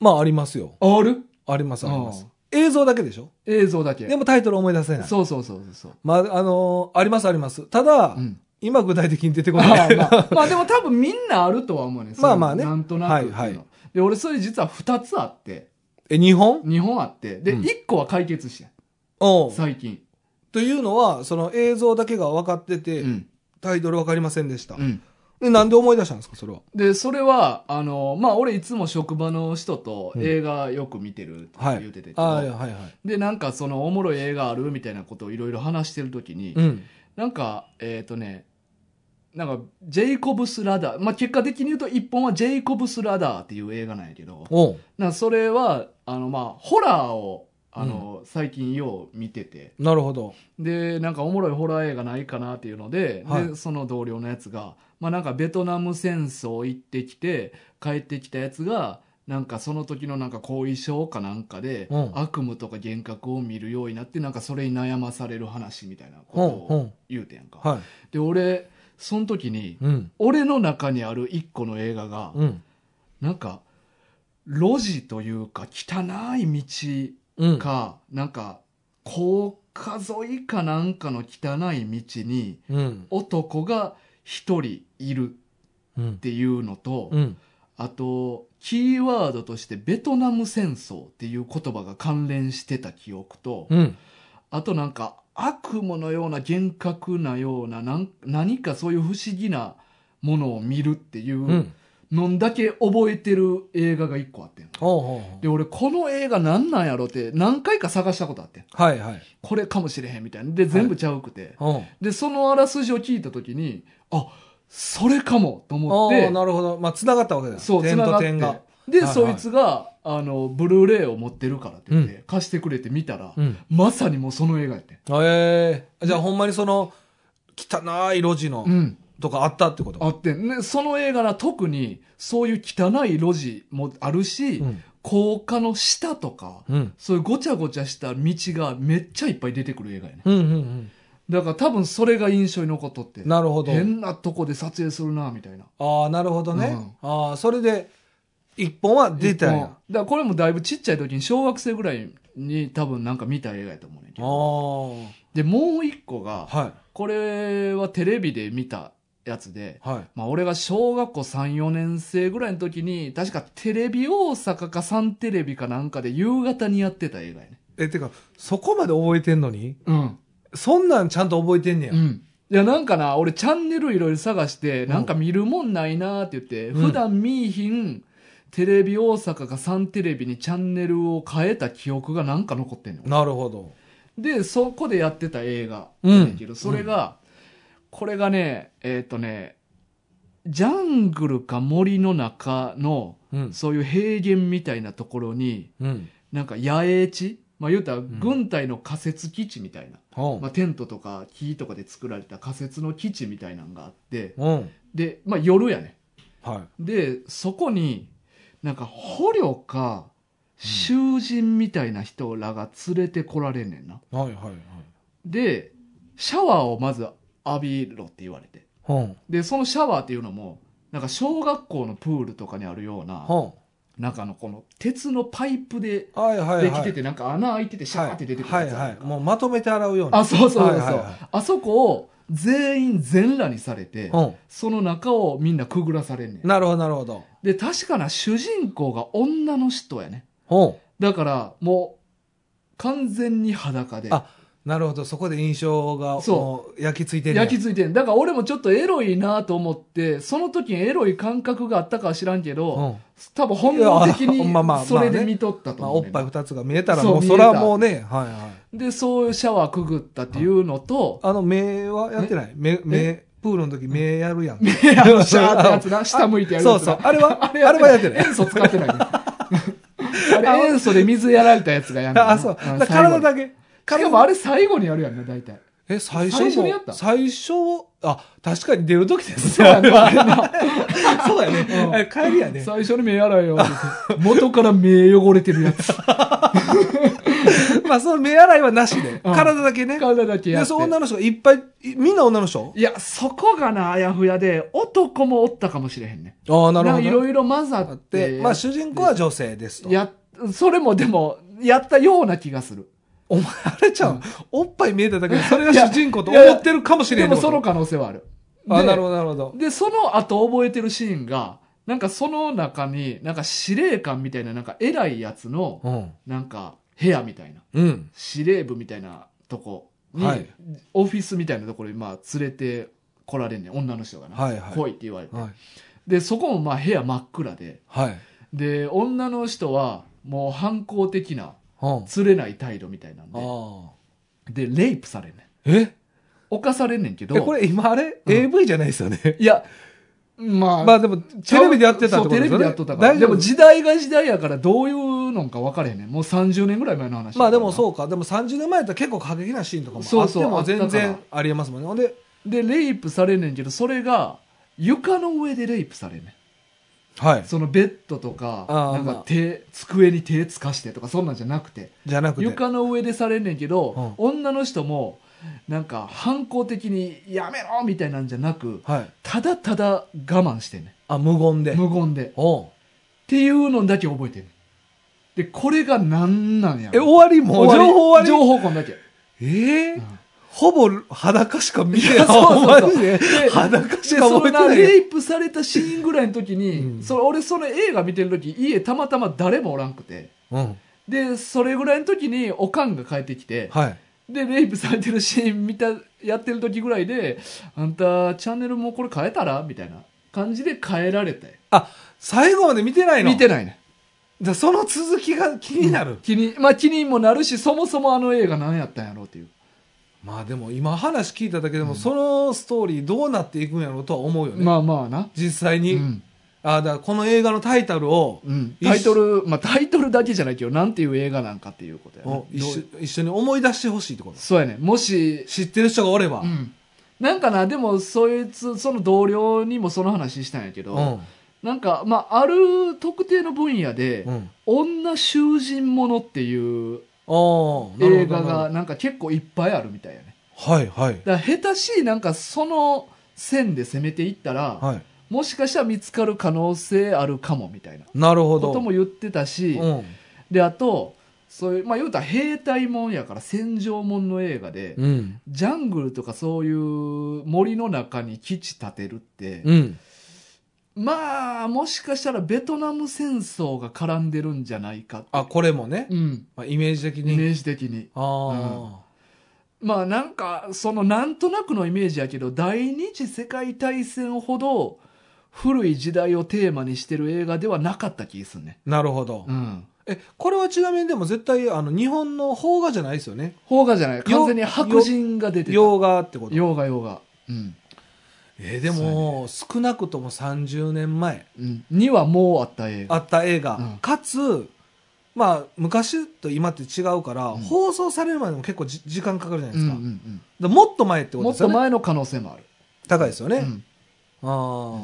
Speaker 2: まあ、ありますよ。
Speaker 1: ある
Speaker 2: あります、ありま
Speaker 1: う
Speaker 2: す
Speaker 1: ん。
Speaker 2: 映像だけでしょ
Speaker 1: 映像だけ。
Speaker 2: でもタイトル思い出せない。
Speaker 1: そうそうそうそうそう。
Speaker 2: まあ、あのーあります、あります。ただ、
Speaker 1: うん
Speaker 2: 今具体的に出てこ
Speaker 1: ま
Speaker 2: な
Speaker 1: あ
Speaker 2: い。
Speaker 1: まあ、まあでも多分みんなあるとは思うねん。
Speaker 2: まあまあね
Speaker 1: そのなんとなくってうの。
Speaker 2: はいはい
Speaker 1: で、俺それ実は2つあって、
Speaker 2: え、日本
Speaker 1: 2本あって、で、
Speaker 2: うん
Speaker 1: 1個は解決してん、
Speaker 2: おう
Speaker 1: 最近。
Speaker 2: というのは、その映像だけが分かってて、
Speaker 1: うん。
Speaker 2: タイトル分かりませんでした。
Speaker 1: うん。
Speaker 2: でなんで思い出したんですか、それは。
Speaker 1: で、それは、あの、まあ俺いつも職場の人と
Speaker 2: うん
Speaker 1: 映画よく見てるって
Speaker 2: はい。
Speaker 1: 言ってて、
Speaker 2: ああ、いやはいはい。
Speaker 1: で、なんかそのおもろい映画あるみたいなことをいろいろ話してるときに、
Speaker 2: うん。
Speaker 1: なんか、えっ、とね、なんか、ジェイコブス・ラダー。まあ、結果的に言うと、一本はジェイコブス・ラダーっていう映画なんやけど、
Speaker 2: おう
Speaker 1: なんかそれは、あの、まあ、ホラーを、あの、最近よう見てて、
Speaker 2: なるほど。
Speaker 1: で、なんかおもろいホラー映画ないかなっていうので、
Speaker 2: はい
Speaker 1: で、その同僚のやつが、まあ、なんかベトナム戦争行ってきて、帰ってきたやつが、なんかその時のなんか後遺症かなんかで、
Speaker 2: うん
Speaker 1: 悪夢とか幻覚を見るようになって、なんかそれに悩まされる話みたいなこと
Speaker 2: ほんほ
Speaker 1: を
Speaker 2: ん。
Speaker 1: 言うてんやんか。
Speaker 2: は
Speaker 1: で俺その時に
Speaker 2: い。うん。
Speaker 1: 俺の中にある一個の映画が、
Speaker 2: うん。
Speaker 1: なんか路地というか汚い
Speaker 2: うん
Speaker 1: 道。か、なんか高架沿いかなんかの汚い道に
Speaker 2: うん。
Speaker 1: 男が一人いる
Speaker 2: うん
Speaker 1: っ。ていうのと、
Speaker 2: うん。
Speaker 1: あとキーワードとしてベトナム戦争っていう言葉が関連してた記憶と、
Speaker 2: うん。。
Speaker 1: あとなんか悪夢のような幻覚なようななん何かそういう不思議なものを見るっていううんのんだけ覚えてる映画が一個あってん
Speaker 2: ほうほうほ
Speaker 1: で俺この映画何なんやろって何回か探したことあってん
Speaker 2: う。はいはい。
Speaker 1: これかもしれへんみたいなで全部ちゃうくて、
Speaker 2: おう
Speaker 1: でそのあらすじを聞いた時にあそれかもと思
Speaker 2: お
Speaker 1: っ
Speaker 2: う
Speaker 1: て
Speaker 2: なるほど。まあ、繋がったわけだよ。
Speaker 1: そう
Speaker 2: 点
Speaker 1: 繋が
Speaker 2: と
Speaker 1: って
Speaker 2: 点が。
Speaker 1: で、
Speaker 2: はいはい
Speaker 1: そいつがあのブルーレイを持ってるからって言って、貸してくれて見たら、
Speaker 2: うん。
Speaker 1: まさにもうその映画やってん
Speaker 2: ええ。じゃあ、ほんまにその、汚い路地の
Speaker 1: う、ん
Speaker 2: とかあったってこと
Speaker 1: あってん、ね、その映画な特にそういう汚い路地もあるし、
Speaker 2: うん。
Speaker 1: 高架の下とか、
Speaker 2: うん。
Speaker 1: そういうごちゃごちゃした道がめっちゃいっぱい出てくる映画やね。
Speaker 2: うん。うん。
Speaker 1: だから多分それが印象に残っとって。
Speaker 2: なるほど。
Speaker 1: 変なとこで撮影するな、みたいな。
Speaker 2: ああ、なるほど
Speaker 1: う
Speaker 2: ね
Speaker 1: ん。
Speaker 2: ああ、それで、一本は出た
Speaker 1: うん
Speaker 2: ん
Speaker 1: だ
Speaker 2: や。
Speaker 1: からこれもだいぶちっちゃい時に小学生ぐらいに多分なんか見た映画やと思うねんけ
Speaker 2: あ
Speaker 1: ど。で、もう一個
Speaker 2: あ。
Speaker 1: が、
Speaker 2: はい。
Speaker 1: これはテレビで見たやつで、
Speaker 2: はい。
Speaker 1: まあ、俺が小学校3、4年生ぐらいの時に、確かテレビ大阪かサンテレビかなんかで夕方にやってた映画やね。
Speaker 2: え、てか、そこまで覚えてんのに
Speaker 1: うん。
Speaker 2: そんなんちゃんと覚えてんねや。
Speaker 1: うん。いや、なんかな、俺チャンネルいろいろ探して、なんか見るもんないなーって言って、
Speaker 2: うん
Speaker 1: 普段見いひん、テレビ大阪かサンテレビにチャンネルを変えた記憶がなんか残ってんの。
Speaker 2: なるほど。
Speaker 1: で、そこでやってた映画
Speaker 2: うん
Speaker 1: だけど、それが、これがね、えっ、とね、ジャングルか森の中の、
Speaker 2: うん。
Speaker 1: そういう平原みたいなところに、
Speaker 2: うん。
Speaker 1: なんか野営地まあ言うたら軍隊の仮設基地みたいな。
Speaker 2: うん
Speaker 1: まあ、テントとか木とかで作られた仮設の基地みたいなんがあって、
Speaker 2: うん。
Speaker 1: で、まあ夜やね。
Speaker 2: は
Speaker 1: で、そこに、なんか捕虜か囚人みたいな人らが連れてこられんねんな。
Speaker 2: い。はいはいはい。
Speaker 1: で、シャワーをまず浴びろって言われて。
Speaker 2: うん。
Speaker 1: で、そのシャワーっていうのも、なんか小学校のプールとかにあるような、
Speaker 2: は
Speaker 1: なんかあのこの鉄のパイプで
Speaker 2: ん。はいはいはい。
Speaker 1: できてて、なんか穴開いててシャーって出てくる
Speaker 2: は
Speaker 1: や
Speaker 2: い
Speaker 1: つ
Speaker 2: は
Speaker 1: あ
Speaker 2: いは
Speaker 1: るやん
Speaker 2: い。
Speaker 1: か
Speaker 2: もうまとめて洗うように。
Speaker 1: あ、そうそうそう
Speaker 2: は
Speaker 1: そ
Speaker 2: いうはいはい。
Speaker 1: あそこを全員全裸にされて、
Speaker 2: う
Speaker 1: その中をみんなくぐらされんねん
Speaker 2: ん。。なるほどなるほど。
Speaker 1: で、確かな主人公が女の人やね。
Speaker 2: うん。
Speaker 1: だから、もう、完全に裸で。
Speaker 2: あなるほど。そこで印象が、
Speaker 1: そう
Speaker 2: もう焼き付いてるやん。
Speaker 1: 焼き付いてん。だから俺もちょっとエロいなと思って、その時にエロい感覚があったかは知らんけ
Speaker 2: う
Speaker 1: ど、
Speaker 2: ん。
Speaker 1: 多分本能的
Speaker 2: いやまあまあまあ
Speaker 1: に
Speaker 2: ね
Speaker 1: それで見とったと
Speaker 2: まあ、
Speaker 1: 思
Speaker 2: お
Speaker 1: う
Speaker 2: っ
Speaker 1: ねんな、
Speaker 2: ぱい二つが見えたら、
Speaker 1: そう
Speaker 2: もう、
Speaker 1: 見え
Speaker 2: そ
Speaker 1: た
Speaker 2: れはもうね、はいはい。
Speaker 1: で、そういうシャワーくぐったっていうのと、
Speaker 2: あの、目はやってない目、目、プールの時目やるやん。
Speaker 1: 目やるシャーってやつな、下向いてやるやつな
Speaker 2: そうそうあれは
Speaker 1: あれやって
Speaker 2: あれはやってない
Speaker 1: 塩素使 ってないね。あれ塩素で水やられたやつがやん ねんな
Speaker 2: あ、そう。だから体だけ。
Speaker 1: しかもあれ最後にやるやんね、大 体。
Speaker 2: え、最
Speaker 1: 最
Speaker 2: 初
Speaker 1: 初
Speaker 2: も
Speaker 1: にやっ、た
Speaker 2: 最初、あ、確かに出る時です
Speaker 1: そ
Speaker 2: ね。
Speaker 1: うやねあれな
Speaker 2: そうや
Speaker 1: うん
Speaker 2: ね。あれ帰りやね。
Speaker 1: 最初に目洗いよ。元から目汚れてるや つ。
Speaker 2: まあ、その目洗いはなしで。
Speaker 1: うん
Speaker 2: 体だけね。
Speaker 1: 体だけやっ
Speaker 2: で、
Speaker 1: て。
Speaker 2: そう女の人がいっぱい、いみんな女の人
Speaker 1: いや、そこがな、あやふやで、男もおったかもしれへんね。
Speaker 2: ああ、なるほ
Speaker 1: んかい
Speaker 2: どね。
Speaker 1: ろいろ混ざ
Speaker 2: あ
Speaker 1: っ。
Speaker 2: ってて、まあ、主人公は女性ですと。
Speaker 1: や、それもでも、やったような気がする。
Speaker 2: お前、あれちゃん、おっぱい見えただけで、それが
Speaker 1: いや
Speaker 2: 主人公と
Speaker 1: いやい
Speaker 2: 思
Speaker 1: や
Speaker 2: ってるかもしれ
Speaker 1: で
Speaker 2: んって
Speaker 1: も
Speaker 2: こと
Speaker 1: その可能性はある。
Speaker 2: あ、
Speaker 1: で
Speaker 2: なるほど、なるほど。
Speaker 1: で、その後覚えてるシーンが、なんかその中に、なんか司令官みたいな、なんか偉いやつの、
Speaker 2: うん。
Speaker 1: なんか部屋みたいな、
Speaker 2: うん。
Speaker 1: 司令部みたいなとこに、
Speaker 2: はい
Speaker 1: オフィスみたいなところに、まあ連れて来られんねん、女の人がな。
Speaker 2: はいはい
Speaker 1: 来いって言われて。
Speaker 2: はい。
Speaker 1: で、そこもまあ部屋真っ暗で、
Speaker 2: はい。
Speaker 1: で、女の人はもう反抗的な、
Speaker 2: うん。あ
Speaker 1: 釣れない態度みたいなんで、
Speaker 2: あ。
Speaker 1: で、レイプされんねん。
Speaker 2: え
Speaker 1: 犯されんねんけど、
Speaker 2: え、これ今あれ ?AV じゃないですよね。
Speaker 1: いや、まあ、
Speaker 2: まあでも、テレビでやってたっ
Speaker 1: そう
Speaker 2: てこと
Speaker 1: テ
Speaker 2: です
Speaker 1: レビ
Speaker 2: よね。
Speaker 1: でやっとったから。
Speaker 2: 大
Speaker 1: で
Speaker 2: 丈夫
Speaker 1: も時代が時代やからどういうのんか分かれへんねん。もう30年ぐらい前の話。
Speaker 2: まあでも
Speaker 1: う。
Speaker 2: そうか。でも30年前だったら結構過激なシーンとかも
Speaker 1: そう
Speaker 2: あって
Speaker 1: そう
Speaker 2: も
Speaker 1: あ
Speaker 2: 全
Speaker 1: ったから
Speaker 2: 然ありえますもんね。ほんで、
Speaker 1: で、レイプされんねんけど、それが床の上でレイプされんね
Speaker 2: は
Speaker 1: ん。。そのベッドとか、
Speaker 2: あー
Speaker 1: なん
Speaker 2: ま
Speaker 1: か
Speaker 2: あ
Speaker 1: 手、机に手つかしてとかそんなんじゃなくて。
Speaker 2: じゃなくて。
Speaker 1: 床の上でされんねんけど、女の人もなんか反抗的に「やめろ!」みたいなんじゃなく
Speaker 2: はい。
Speaker 1: ただただ我慢してんね
Speaker 2: あ、無言で
Speaker 1: ん。無言でっ
Speaker 2: おう
Speaker 1: ていうのだけ覚えてんねんでこれが何なんや
Speaker 2: え、
Speaker 1: ろ
Speaker 2: 終わりもう
Speaker 1: 終わり
Speaker 2: 情報終わ
Speaker 1: 情報こんだけ
Speaker 2: りえ
Speaker 1: う
Speaker 2: ー
Speaker 1: ん
Speaker 2: ほぼ裸しか見てない
Speaker 1: や。 そうそうそう
Speaker 2: マジで
Speaker 1: で
Speaker 2: 裸し
Speaker 1: で
Speaker 2: か
Speaker 1: そ
Speaker 2: 覚
Speaker 1: のな
Speaker 2: えてない。
Speaker 1: レイプされたシーンぐらいの時に、
Speaker 2: うん
Speaker 1: それ俺その映画見てる時家たまたま誰もおらんくて
Speaker 2: うん。
Speaker 1: でそれぐらいの時におかんが帰ってきて、
Speaker 2: はい。
Speaker 1: で、レイプされてるシーン見た、やってる時ぐらいで、あんた、チャンネルもうこれ変えたらみたいな感じで変えられて。
Speaker 2: あ、最後まで見てないの
Speaker 1: 見てないね。
Speaker 2: じゃあその続きが気になる。
Speaker 1: 気に、まあ気にもなるし、そもそもあの映画何やったんやろうっていう。
Speaker 2: まあでも今話聞いただけでも、そのストーリーどうなっていくんやろうとは思うよね。
Speaker 1: まあまあな。
Speaker 2: 実際
Speaker 1: う
Speaker 2: に。
Speaker 1: ん。
Speaker 2: あ、だからこの映画のタイトルを、
Speaker 1: うん。
Speaker 2: 一緒
Speaker 1: タイトル、まあタイトルだけじゃないけど、なんていう映画なんかっていうことやね
Speaker 2: お。一
Speaker 1: どう
Speaker 2: 緒一緒に思い出してほしいってこと
Speaker 1: そうやね。もし、
Speaker 2: 知ってる人がおれば、
Speaker 1: うん。なんかな、でも、そいつ、その同僚にもその話したんやけど、
Speaker 2: うん
Speaker 1: なんか、まあ、ある特定の分野で、
Speaker 2: うん
Speaker 1: 女囚人ものっていう
Speaker 2: おーなる
Speaker 1: 映
Speaker 2: ほ
Speaker 1: 画
Speaker 2: どな
Speaker 1: が
Speaker 2: る
Speaker 1: なんか結構いっぱいあるみたいやね
Speaker 2: ほどはいはい
Speaker 1: だから下手しいなんかその線で攻めていったら、
Speaker 2: はい
Speaker 1: もしかしたら見つかる可能性あるかもみたいな
Speaker 2: なる
Speaker 1: こ
Speaker 2: ほど
Speaker 1: とも言ってたし、
Speaker 2: うん
Speaker 1: であとそういうまあ言うたら兵隊もんやから戦場もんの映画で、
Speaker 2: うん
Speaker 1: ジャングルとかそういう森の中に基地建てるって、
Speaker 2: うん
Speaker 1: まあ、もしかしたらベトナム戦争が絡んでるんじゃないかって。
Speaker 2: あ、これもね。
Speaker 1: うん。
Speaker 2: まあ、イメージ的
Speaker 1: イ
Speaker 2: に。
Speaker 1: メージ的に。
Speaker 2: あ
Speaker 1: まあなんか、そのなんとなくのイメージやけど、第二次世界大戦ほど古い時代をテーマにしてる映画ではなかった気がするね。
Speaker 2: あ、なるほど
Speaker 1: う。ん。
Speaker 2: え、これはちなみにでも絶対、あの、日本の邦画じゃないですよね。
Speaker 1: 邦画じゃない。完全に白人が出てた。
Speaker 2: 洋画ってこと。
Speaker 1: 洋画、洋画。うん。
Speaker 2: えーで
Speaker 1: そうや
Speaker 2: も、少なくとも30年前
Speaker 1: うん。にはもうあった映
Speaker 2: あ
Speaker 1: 画。
Speaker 2: った映画、
Speaker 1: うん
Speaker 2: かつ、まあ、昔と今って違うから、
Speaker 1: うん
Speaker 2: 放送されるまでも結構じ時間かかるじゃない
Speaker 1: うん
Speaker 2: で
Speaker 1: う
Speaker 2: す
Speaker 1: ん
Speaker 2: か。
Speaker 1: うん
Speaker 2: だからもっと前ってこと
Speaker 1: も
Speaker 2: で
Speaker 1: っ
Speaker 2: すよ
Speaker 1: と
Speaker 2: ね。
Speaker 1: 前の可能性もある。
Speaker 2: 高いですよね。
Speaker 1: うん。
Speaker 2: あー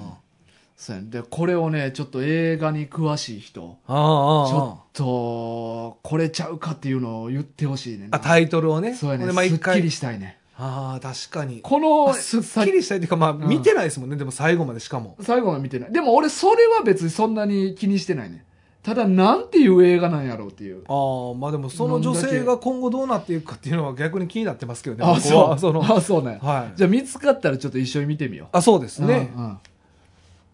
Speaker 1: そうやねで、これをね、ちょっと映画に詳しい人、
Speaker 2: あーあーあー
Speaker 1: ちょっと、これちゃうかっていうのを言ってほしいねんな。
Speaker 2: あタイトルをね。
Speaker 1: そうやね。
Speaker 2: ほん
Speaker 1: す
Speaker 2: でまあ一
Speaker 1: っき
Speaker 2: 回
Speaker 1: りしたいね。
Speaker 2: ああ、確かに。
Speaker 1: この、
Speaker 2: あすっきりしたいっていうか、まあ、
Speaker 1: ん
Speaker 2: 見てないですもんね、でも最後までしかも。
Speaker 1: 最後は見てない。でも俺、それは別にそんなに気にしてないね。ただ、なんていう映画なんやろうっていう。
Speaker 2: ああ、まあでも、その女性が今後どうなっていくかっていうのは逆に気になってますけどね。
Speaker 1: あ、
Speaker 2: 僕は
Speaker 1: そう。
Speaker 2: その、
Speaker 1: あ、そうね。
Speaker 2: はい。
Speaker 1: じゃあ、見つかったらちょっと一緒に見てみよう。
Speaker 2: あ、そうですね。
Speaker 1: うんうん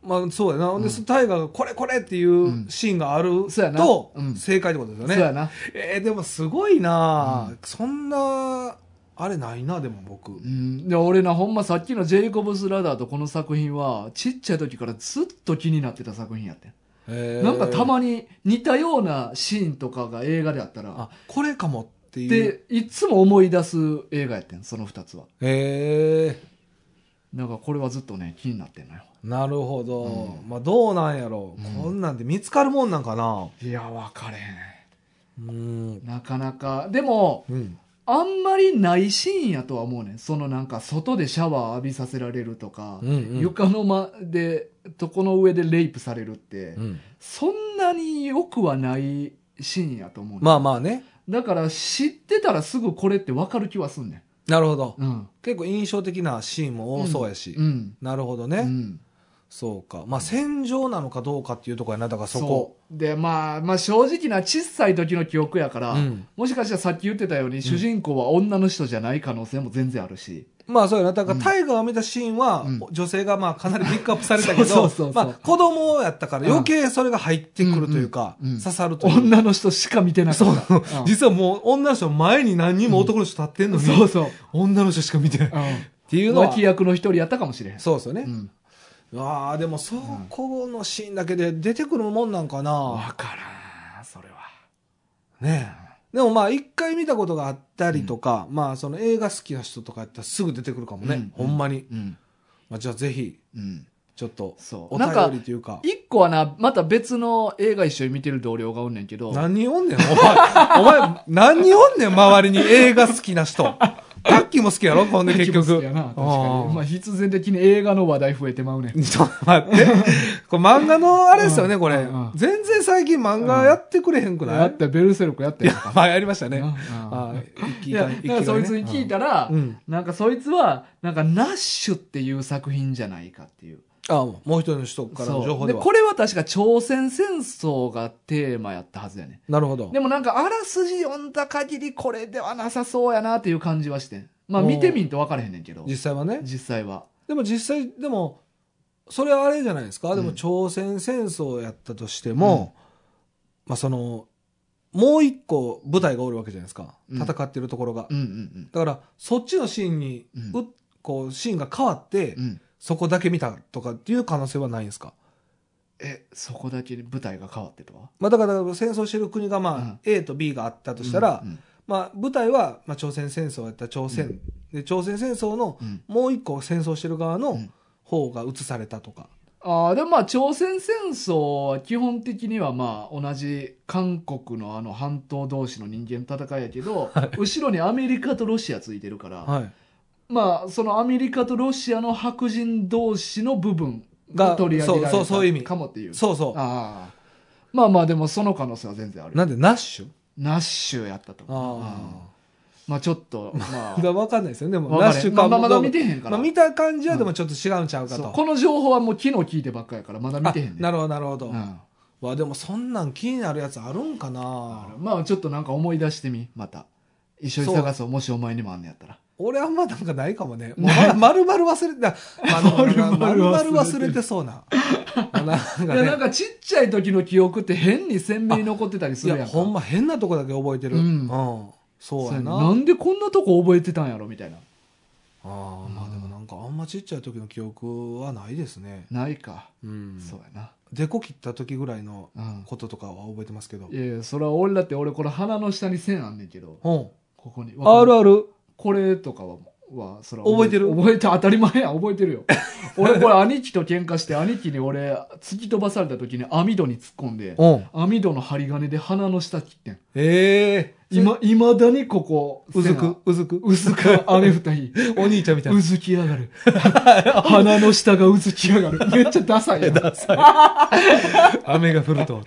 Speaker 2: まあ、そうやな。で、タイガーがこれこれっていうシーンがある
Speaker 1: そうやな
Speaker 2: と
Speaker 1: う、ん
Speaker 2: 正解ってことですよ
Speaker 1: そうや
Speaker 2: ね。
Speaker 1: な。
Speaker 2: えーでもすごいなそんな、あれないな、でも僕。
Speaker 1: うん。で、俺な、ほんまさっきのジェイコブス・ラダーとこの作品は、ちっちゃい時からずっと気になってた作品やってん。な
Speaker 2: なん
Speaker 1: かたまに似たようなシーンとかが映画であったら、
Speaker 2: あ、これかもっていう。
Speaker 1: で、いつも思い出す映画やってん、その二つは。
Speaker 2: ええ。
Speaker 1: なんかこれはずっとね、気になってんのよ。
Speaker 2: なるほど、まあどうなんやろう、
Speaker 1: うん
Speaker 2: こんなんで見つかるもんなんかない
Speaker 1: や、分かれへ
Speaker 2: うん
Speaker 1: ん。なかなか。でも、
Speaker 2: うん
Speaker 1: あんまりないシーンやとは思うねんそのなんか外でシャワー浴びさせられるとか、
Speaker 2: うんうん
Speaker 1: 床の間で、とこの上でレイプされるって、
Speaker 2: うん
Speaker 1: そんなによくはないシーンやと思うねん
Speaker 2: まあまあね
Speaker 1: だから知ってたらすぐこれって分かる気はすんね
Speaker 2: なるほど、
Speaker 1: ん。うん。
Speaker 2: 結構印象的なシーンも多そうやし、
Speaker 1: うん。
Speaker 2: なるほどね、
Speaker 1: うん
Speaker 2: そうかまあ戦場なのかどうかっていうところやなだからそこ
Speaker 1: うでまあまあ正直な小さい時の記憶やから、
Speaker 2: うん
Speaker 1: もしかしたらさっき言ってたように、主人公は女の人じゃない可能性も全然あるし、
Speaker 2: まあそうやなだか
Speaker 1: う
Speaker 2: ら
Speaker 1: ん
Speaker 2: タイガーを見たシーンは、
Speaker 1: うん
Speaker 2: 女性がまあかなりピックアップされたけ
Speaker 1: そ
Speaker 2: ど
Speaker 1: うそうそうそう
Speaker 2: まあ子供やったから余計それが入ってくるというか、
Speaker 1: うんうんうん
Speaker 2: 刺さるというか、
Speaker 1: 女の人しか見てなか
Speaker 2: そう
Speaker 1: った、ん
Speaker 2: 実はもう女の人の前に何人も男の人立ってんのに、
Speaker 1: そうそう、
Speaker 2: 女の人しか見てない
Speaker 1: うん
Speaker 2: っていうのは
Speaker 1: 脇役の一人やったかもしれへん
Speaker 2: そうですよね、
Speaker 1: ん、
Speaker 2: ああでもそこのシーンだけで出てくるもんなんかな、
Speaker 1: 分からんそれは
Speaker 2: ねえでもまあ一回見たことがあったりとか、まあその映画好きな人とかやったらすぐ出てくるかもね、
Speaker 1: うん
Speaker 2: ほんまに、
Speaker 1: うん
Speaker 2: まあ、じゃあぜひ
Speaker 1: うん
Speaker 2: ちょっと
Speaker 1: そう
Speaker 2: お
Speaker 1: なんか
Speaker 2: 便りというか
Speaker 1: 一個はなまた別の映画一緒に見てる同僚がおんねんけど
Speaker 2: 何人おんね んお前お前何人おんねん周りに映画好きな人タッキーも好きやろほんで結局
Speaker 1: やな確かに
Speaker 2: うん
Speaker 1: まあ必然的に映画の話題増えてまうねん
Speaker 2: ちょっと待って。これ漫画のあれですよね、こ
Speaker 1: う
Speaker 2: れ
Speaker 1: んうん。
Speaker 2: 全然最近漫画やってくれへんく
Speaker 1: や
Speaker 2: ない
Speaker 1: ったベルセルクやったやん
Speaker 2: まあやりましたね。
Speaker 1: うん
Speaker 2: あー一
Speaker 1: い
Speaker 2: 気
Speaker 1: や、
Speaker 2: 一気
Speaker 1: なんかそいつに聞いたら、
Speaker 2: うん
Speaker 1: なんかそいつは、なんかナッシュっていう作品じゃないかっていう。
Speaker 2: あもう一人の人からの情
Speaker 1: そ
Speaker 2: 報
Speaker 1: う
Speaker 2: で
Speaker 1: で、
Speaker 2: は。
Speaker 1: これは確か朝鮮戦争がテーマやったはずやね。
Speaker 2: なるほど
Speaker 1: で。もなんかあらすじ読んだ限りこれではなさそうやなっていう感じはしてんまあ
Speaker 2: おー
Speaker 1: 見てみんと分からへんねんけど、
Speaker 2: 実際はね。
Speaker 1: 実際は。
Speaker 2: でも実際、でも、それはあれじゃないですか。で
Speaker 1: う
Speaker 2: も
Speaker 1: ん
Speaker 2: 朝鮮戦争やったとしても、まあその、もう一個部隊がおるわけじゃないですか。
Speaker 1: うん
Speaker 2: 戦ってるところが
Speaker 1: う。んうん
Speaker 2: だから、そっちのシーンに、
Speaker 1: うん
Speaker 2: うこう、シーンが変わって
Speaker 1: うん。う、ん。
Speaker 2: そこだけ見たとかっていう可能性はないんですか
Speaker 1: え、そこだけ舞台が変わってとは
Speaker 2: まあだからだから戦争してる国がまあ、
Speaker 1: うん
Speaker 2: A と B があったとしたら、
Speaker 1: うん
Speaker 2: まあ舞台はまあ朝鮮戦争やったら朝鮮、で朝鮮戦争の
Speaker 1: うん
Speaker 2: もう一個戦争してる側
Speaker 1: う
Speaker 2: の
Speaker 1: ん
Speaker 2: 方が移されたとか。
Speaker 1: ああ、でもまあ朝鮮戦争は基本的にはまあ同じ韓国のあの半島同士の人間の戦いやけ ど、後ろにアメリカとロシアついてるから、
Speaker 2: はい。
Speaker 1: まあそのアメリカとロシアの白人同士の部分が
Speaker 2: が
Speaker 1: 取り上げられた
Speaker 2: そうそうそういう意味
Speaker 1: かもっていう。
Speaker 2: そうそう。
Speaker 1: ああ。まあまあでもその可能性は全然ある。
Speaker 2: なんでナッシュ
Speaker 1: ナッシュやったと思う。うん
Speaker 2: あ
Speaker 1: まあちょっと、まあ
Speaker 2: あ。だか、ら分かんないですよね。でも
Speaker 1: わか
Speaker 2: ナ
Speaker 1: れ
Speaker 2: ッシュか
Speaker 1: まあまだ
Speaker 2: どう
Speaker 1: 見てへんから
Speaker 2: まあ見た感じはでもちょっと違うんちゃうかと。
Speaker 1: そうこの情報はもう昨日聞いてばっかやからまだ見てへんね
Speaker 2: あ
Speaker 1: ん。
Speaker 2: なるほど、なるほど。
Speaker 1: うん
Speaker 2: わ、でもそんなん気になるやつあるんか
Speaker 1: あ
Speaker 2: な
Speaker 1: るまあちょっとなんか思い出してみまた一緒に探そうもしお前にもあんねやったら
Speaker 2: 俺あんまなんかないかもね。もうまるまる忘れて、あの、ま
Speaker 1: 丸
Speaker 2: る
Speaker 1: 々忘れてる
Speaker 2: まる忘れてそうな。なん
Speaker 1: いや
Speaker 2: か
Speaker 1: なん
Speaker 2: ね。
Speaker 1: かちっちゃい時の記憶って変に鮮明に残ってたりす
Speaker 2: い
Speaker 1: るやん
Speaker 2: や、
Speaker 1: か
Speaker 2: ほんま変なとこだけ覚えてる。
Speaker 1: う
Speaker 2: うんん。そうやな。
Speaker 1: そうやなんでこんなとこ覚えてたんやろみたいな
Speaker 2: ああ、まあでもなんかあんまちっちゃい時の記憶はないですね。
Speaker 1: ないか、
Speaker 2: うん。
Speaker 1: そうや
Speaker 2: でこ切った時ぐらいの
Speaker 1: なうん
Speaker 2: こととかは覚えてますけど。
Speaker 1: いやいやそれは俺だって俺これ鼻の下に線あんねんけど
Speaker 2: うん。
Speaker 1: ここに
Speaker 2: あるある。
Speaker 1: これとかははそれは
Speaker 2: 覚えてる
Speaker 1: 覚えて当たり前や覚えて るよ俺これ兄貴と喧嘩して兄貴に俺突き飛ばされた時に網戸に突っ込んで
Speaker 2: うん。
Speaker 1: 網戸の針金で鼻の下切ってん
Speaker 2: ええ
Speaker 1: いまだにここ
Speaker 2: うずく、うずく。
Speaker 1: うずく 雨二重
Speaker 2: お兄ちゃんみたいうな。
Speaker 1: ずきやがる鼻の下がうずきやがるめっちゃダサいやん
Speaker 2: ダサい。雨が降 ると。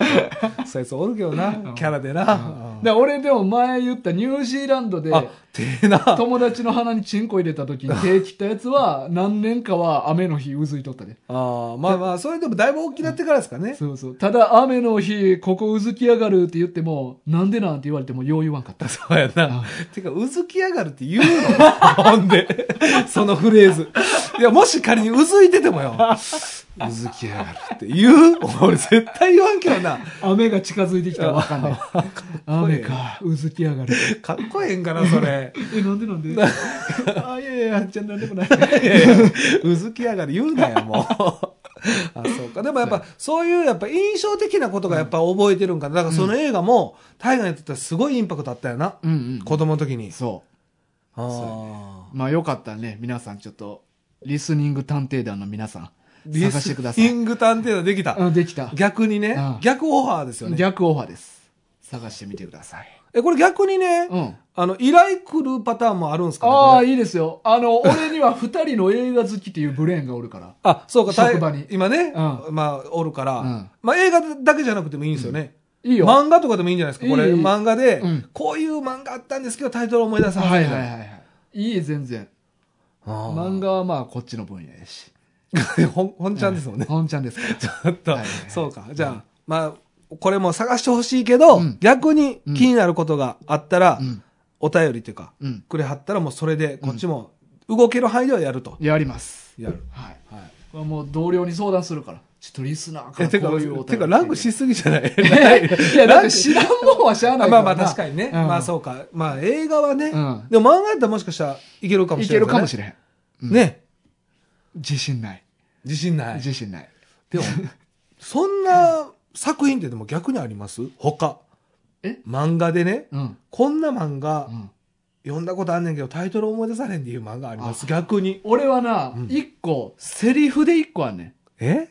Speaker 2: そうやつおるけどな。キャラでな。
Speaker 1: で俺でも前言ったニュージーランドで
Speaker 2: あ、てな。
Speaker 1: 友達の鼻にチンコ入れた時に手切ったやつは何年かは雨の日うずいとったで
Speaker 2: ああ、まあまあ、それでもだいぶ大きなってからですかね。
Speaker 1: そうそうただ雨の日ここうずきやがるって言ってもなんでなんて言われてもよう言わんかった
Speaker 2: そうや
Speaker 1: うん
Speaker 2: な。てか、うずきやがるって言うの ほんで。そのフレーズ。いや、もし仮にうずいてても よ。うずきやがるって言う俺絶対言わんけどな。
Speaker 1: 雨が近づいてきたらわ かんない雨かうずきやがる
Speaker 2: かっこええんかな、それ。
Speaker 1: えなんでなんであいやいやじゃあなんでもない
Speaker 2: いやいやうずきやがる言うなよ、もう。あ、そうか。でもやっぱ、そういうやっぱ印象的なことがやっぱ覚えてるんかな。だからその映画も、大河にとってはすごいインパクトあったよな。
Speaker 1: うんうん
Speaker 2: 子供の時に。
Speaker 1: そ
Speaker 2: あ
Speaker 1: そう
Speaker 2: あ。
Speaker 1: うまあよかったらね皆さんちょっとリスニング探偵団の皆さん
Speaker 2: リ
Speaker 1: 探してください
Speaker 2: スニング探偵団できた。
Speaker 1: あできた
Speaker 2: 逆にね
Speaker 1: うん、
Speaker 2: 逆オファーですよね。
Speaker 1: 逆オファーです探してみてください
Speaker 2: え、これ逆にね、
Speaker 1: うん
Speaker 2: あの、依頼来るパターンもあるんですかね
Speaker 1: あ
Speaker 2: こ
Speaker 1: あ
Speaker 2: れ
Speaker 1: いいですよあの俺には2人の映画好きっていうブレーンがおるから
Speaker 2: あ、そうか、
Speaker 1: 職場に
Speaker 2: 大今ね、
Speaker 1: う
Speaker 2: まあ、おるから、
Speaker 1: うん
Speaker 2: まあ、映画だけじゃなくてもいいんですよね。
Speaker 1: いいよ
Speaker 2: 漫画とかでもいいんじゃないですかこれ、
Speaker 1: いい
Speaker 2: 漫画で、
Speaker 1: うん
Speaker 2: こういう漫画あったんですけど、タイトル思い出さ
Speaker 1: は
Speaker 2: ないい。
Speaker 1: はいはいはいいい全然漫
Speaker 2: 漫
Speaker 1: 画はまあこっちの分野やし
Speaker 2: 画、 ほん、ほんちゃんですもんね。
Speaker 1: 本ちゃんですから
Speaker 2: ちょっと
Speaker 1: はいはいはい
Speaker 2: そうか。じゃあ、まあ、これも探してほしいけど、
Speaker 1: うん
Speaker 2: 逆に気になることがあったら、
Speaker 1: うん
Speaker 2: お便りというか、
Speaker 1: うん
Speaker 2: くれはったらもうそれで、こっちも動ける範囲ではやると。
Speaker 1: やります
Speaker 2: やる。
Speaker 1: はい
Speaker 2: はい。
Speaker 1: これはもう同僚に相談するからちょっとリスナーか
Speaker 2: え、
Speaker 1: ら
Speaker 2: てか
Speaker 1: こう いうお、
Speaker 2: て
Speaker 1: 便り
Speaker 2: か、ランクしすぎじゃ ない
Speaker 1: いやだって知らんもんはしゃあ
Speaker 2: ま
Speaker 1: な
Speaker 2: あ
Speaker 1: いから
Speaker 2: まあ
Speaker 1: な
Speaker 2: まあ確かにね。
Speaker 1: うん
Speaker 2: まあそうか。まあ映画はね。
Speaker 1: うん
Speaker 2: でも漫画やったらもしかしたらいけるかも
Speaker 1: い
Speaker 2: し
Speaker 1: け
Speaker 2: れない、
Speaker 1: るかもしれへん
Speaker 2: れない。ね。
Speaker 1: 自信ない
Speaker 2: 自信ない。
Speaker 1: 自信ない
Speaker 2: でも、そんな作品ってでも逆にあります他。
Speaker 1: え
Speaker 2: 漫画でね。
Speaker 1: うん
Speaker 2: こんな漫画
Speaker 1: う、ん
Speaker 2: 読んだことあんねんけど、タイトル思い出されへんっていう漫画あります。逆に。
Speaker 1: 俺はな
Speaker 2: うん
Speaker 1: 一個セリフで一個あんね
Speaker 2: え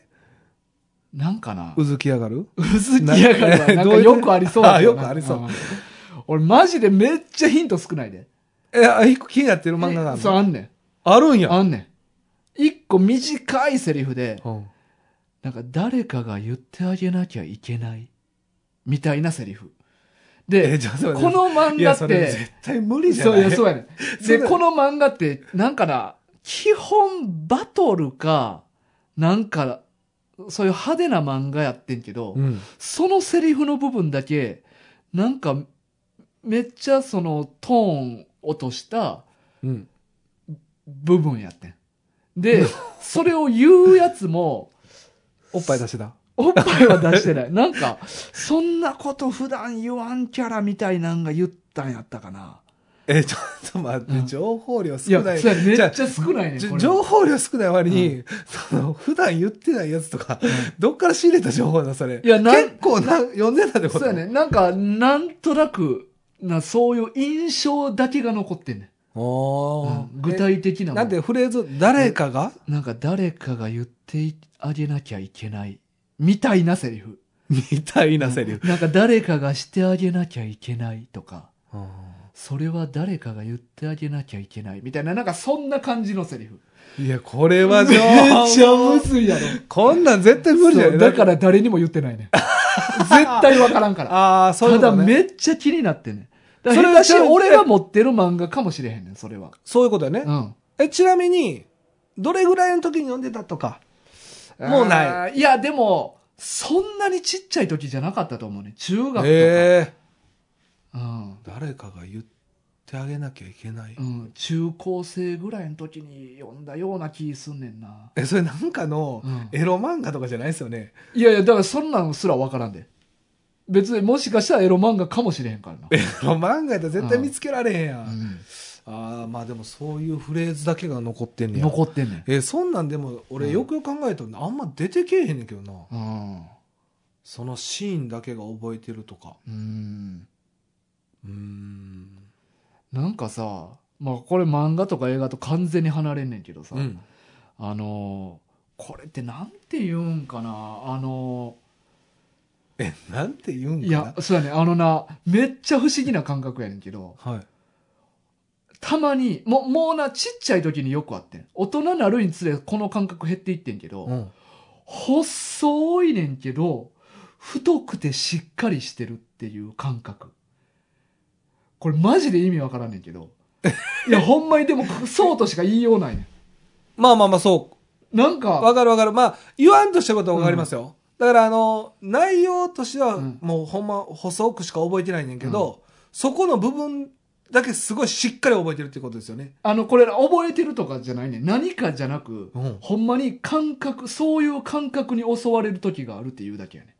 Speaker 1: んなんかな
Speaker 2: うずきやがる
Speaker 1: うずきやがるはなんかよくありそうだけどな
Speaker 2: あよくありそうん
Speaker 1: 俺マジでめっちゃヒント少ないで
Speaker 2: え、あ一個気になってる漫画がある
Speaker 1: そう
Speaker 2: の
Speaker 1: あんねん
Speaker 2: あるんや。
Speaker 1: あんねん一個短いセリフで
Speaker 2: うん
Speaker 1: なんか誰かが言ってあげなきゃいけないみたいなセリフ
Speaker 2: え、
Speaker 1: で
Speaker 2: じゃあそれ
Speaker 1: この
Speaker 2: い
Speaker 1: 漫画
Speaker 2: や、
Speaker 1: っ
Speaker 2: そ
Speaker 1: て
Speaker 2: れ絶対無理じゃ
Speaker 1: そ
Speaker 2: な
Speaker 1: う
Speaker 2: い
Speaker 1: いや、そうやねん。
Speaker 2: そ
Speaker 1: で、
Speaker 2: うだ
Speaker 1: この漫画って、なんかな、基本バトルか、なんか、そういう派手な漫画やってんけど、
Speaker 2: うん。
Speaker 1: そのセリフの部分だけ、なんか、めっちゃそのトーン落とした
Speaker 2: うん。
Speaker 1: 部分やってん。 で、それを言うやつも、
Speaker 2: おっぱい出してた。
Speaker 1: おっぱいは出してない。なんか、そんなこと普段言わんキャラみたいなんが言ったんやったかな。
Speaker 2: え、ちょっと待って、
Speaker 1: うん
Speaker 2: 情報量
Speaker 1: い
Speaker 2: 少
Speaker 1: や、
Speaker 2: ない。
Speaker 1: そうやねめっ
Speaker 2: じゃあ
Speaker 1: ちゃ少ないねん。
Speaker 2: じ
Speaker 1: これ
Speaker 2: 情報量少ない割に、その、普段言ってないやつとか、どっから仕入れた情報だ、それ。
Speaker 1: いやなん
Speaker 2: 結構な、読んでたってこと
Speaker 1: そうやね。。なんか、なんとなく、な、そういう印象だけが残ってんねん。
Speaker 2: お
Speaker 1: う
Speaker 2: ー
Speaker 1: ん具体的なも
Speaker 2: えなんてフレーズ、誰かが
Speaker 1: なんか誰かが言ってあげなきゃいけない。みたいなセリフ。
Speaker 2: みたいなセリフ。
Speaker 1: なんか誰かがしてあげなきゃいけないとか、
Speaker 2: うん
Speaker 1: それは誰かが言ってあげなきゃいけない。みたいな、なんかそんな感じのセリフ。
Speaker 2: いや、これは
Speaker 1: め
Speaker 2: 情
Speaker 1: っ
Speaker 2: 報。
Speaker 1: ちゃむずいやろ。
Speaker 2: こんなん絶対無理だ
Speaker 1: そ
Speaker 2: よ。。
Speaker 1: うだからら誰にも言ってないねん。絶対わからんから。
Speaker 2: あ あ、そういう
Speaker 1: た
Speaker 2: こ
Speaker 1: だ
Speaker 2: とね。
Speaker 1: めっちゃ気になってんねん。だ
Speaker 2: そ
Speaker 1: か
Speaker 2: れ
Speaker 1: ら
Speaker 2: が
Speaker 1: 下手したら俺が持ってる漫画かもしれへんねん、それは。
Speaker 2: そういうことだね
Speaker 1: う。ん。
Speaker 2: え、ちなみに、どれぐらいの時に読んでたとか。もうない
Speaker 1: い。いや、でも、そんなにちっちゃい時じゃなかったと思うね。中学とか。
Speaker 2: ええ
Speaker 1: うん。
Speaker 2: 誰かが言っててあげなきゃいけない。
Speaker 1: うん、中高生ぐらいの時に読んだような気すんねんな、
Speaker 2: え、それなんかの
Speaker 1: うん
Speaker 2: エロ漫画とかじゃないですよね。
Speaker 1: いやいやだからそんなんすらわからんで別にもしかしたらエロ漫画かもしれへんからな
Speaker 2: エロ漫画やったら絶対見つけられへんやん。
Speaker 1: うん
Speaker 2: ああ、まあでもそういうフレーズだけが残ってんねや。
Speaker 1: 残ってんねん
Speaker 2: え、そんなんでも俺よくよく考えたらあんま出てけえへんねんけどな。
Speaker 1: うん
Speaker 2: そのシーンだけが覚えてるとか。
Speaker 1: うん
Speaker 2: うーん。
Speaker 1: なんかさまあこれ漫画とか映画と完全に離れんねんけどさ、
Speaker 2: うん。
Speaker 1: あのーこれってなんて言うんかなあの
Speaker 2: え、なんて言うん
Speaker 1: ー
Speaker 2: かな。
Speaker 1: いやそうやねあのなめっちゃ不思議な感覚やねんけど
Speaker 2: はい。
Speaker 1: たまにももうなちっちゃい時によくあってん大人なるにつれこの感覚減っていってんけど、
Speaker 2: うん。
Speaker 1: 細いねんけど太くてしっかりしてるっていう感覚これマジで意味わからんねんけ どいやほんまにでもそうとしか言いようないね
Speaker 2: まあまあまあ、そ
Speaker 1: んなん
Speaker 2: う。わ
Speaker 1: か
Speaker 2: かるわかる。まあ、言わんとしたことはわかりますよ。だから、あの、内容としては
Speaker 1: うん、
Speaker 2: もうほんま、細くしか覚えてないねんけど、そこの部分だけすごいしっかり覚えてるってことですよね。
Speaker 1: あのこれ覚えてるとかじゃないねん何かじゃなく、
Speaker 2: うん
Speaker 1: ほんまに感覚そういう感覚に襲われる時があるっていうだけやね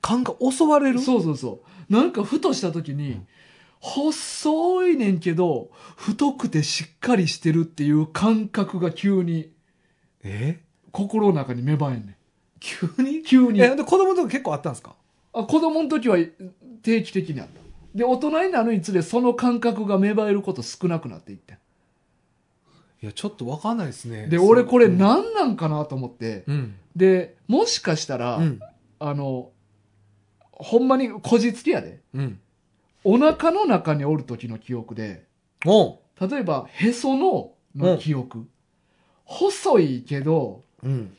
Speaker 2: 感覚、襲われ
Speaker 1: ん
Speaker 2: る
Speaker 1: そうそうそうなんかふとした時に、細いねんけど太くてしっかりしてるっていう感覚が急に
Speaker 2: え
Speaker 1: 心の中に芽生えんねん
Speaker 2: 急に
Speaker 1: 急に
Speaker 2: え、
Speaker 1: あ
Speaker 2: で、子供とか結構あったんですか
Speaker 1: 子供の時は定期的にあったで大人になるにつれその感覚が芽生えること少なくなっていって
Speaker 2: いや、ちょっとわかんないですね。
Speaker 1: で俺これ
Speaker 2: な、
Speaker 1: 何なんかなと思って
Speaker 2: うん。
Speaker 1: でもしかしたら、
Speaker 2: うん。
Speaker 1: あのほんまにこじつけやで
Speaker 2: うん。
Speaker 1: お腹の中におる時の記憶で
Speaker 2: おう。
Speaker 1: 例えばへそのの記憶、細いけど
Speaker 2: うん。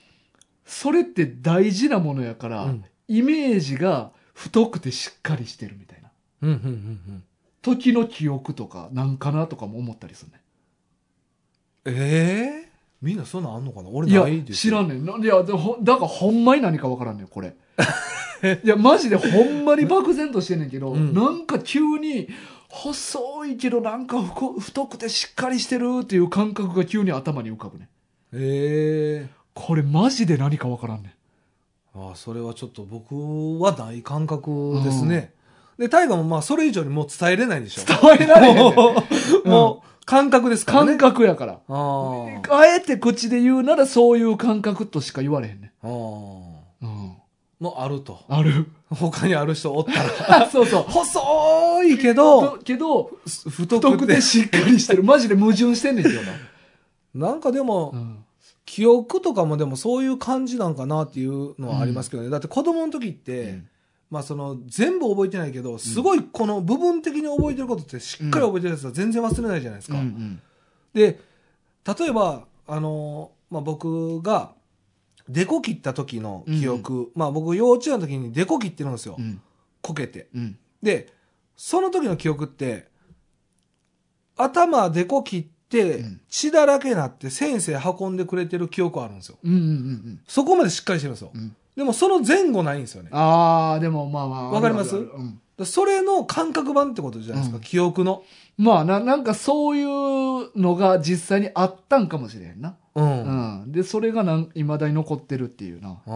Speaker 1: それって大事なものやから、
Speaker 2: うん。
Speaker 1: イメージが太くてしっかりしてるみたいな
Speaker 2: うん。うん。うん。
Speaker 1: 時の記憶とかなんかなとかも思ったりするね
Speaker 2: ええみんなそんなんあんのかな俺
Speaker 1: いや
Speaker 2: ないです
Speaker 1: 知ら
Speaker 2: ん。
Speaker 1: んねんないやでほだからほんまに何か分からんねんこれ いやマジでほんまに漠然としてんねんけど、
Speaker 2: うん
Speaker 1: なんか急に細いけどなんかふこ太くてしっかりしてるっていう感覚が急に頭に浮かぶねん
Speaker 2: ええ
Speaker 1: これマジで何か分からんね
Speaker 2: ああ、それはちょっと僕はない感覚ですね。で、大河もまあそれ以上にもう伝えれないでしょ
Speaker 1: ん。伝えられへん ねん
Speaker 2: もう、 もう感覚ですからね。
Speaker 1: 感。覚やから
Speaker 2: ああ。
Speaker 1: あえて口で言うならそういう感覚としか言われへんね
Speaker 2: ああ。も
Speaker 1: ん、うん、
Speaker 2: うあると。
Speaker 1: ある
Speaker 2: 他にある人おったら。
Speaker 1: あそう そう
Speaker 2: 細いけ ど、
Speaker 1: けど
Speaker 2: す太
Speaker 1: 太
Speaker 2: く
Speaker 1: く
Speaker 2: て
Speaker 1: て。しっかりしてる。マジで矛盾してんねんけどな。
Speaker 2: なんかでも、
Speaker 1: うん
Speaker 2: 記憶とかもでもそういう感じなんかなっていうのはありますけどね。だって子供の時って、まあその全部覚えてないけど、すごいこの部分的に覚えてることってしっかり覚えてるやつは全然忘れないじゃないです
Speaker 1: うん
Speaker 2: か。
Speaker 1: うん
Speaker 2: で、例えば、あのーまあ僕が、デコ切った時の記憶、まあ僕幼稚園の時にデコ切ってるんですよ。
Speaker 1: うん
Speaker 2: こけて。
Speaker 1: うん
Speaker 2: で、その時の記憶って、頭デコ切っ
Speaker 1: う
Speaker 2: て、
Speaker 1: ん
Speaker 2: 血だらけになって先生運んでくれてる記憶あるんですよ。
Speaker 1: うんうんうん
Speaker 2: そこまでしっかりしてるんですよ
Speaker 1: う。ん
Speaker 2: でもその前後ないんですよね。
Speaker 1: ああ、でもまあまあ。
Speaker 2: わかります
Speaker 1: あるあるうん
Speaker 2: だそれの感覚版ってことじゃないですか、
Speaker 1: うん
Speaker 2: 記憶の。
Speaker 1: まあな、なんかそういうのが実際にあったんかもしれへんな。
Speaker 2: うん。
Speaker 1: うん。で、それがなん、未だに残ってるっていうな。
Speaker 2: ああ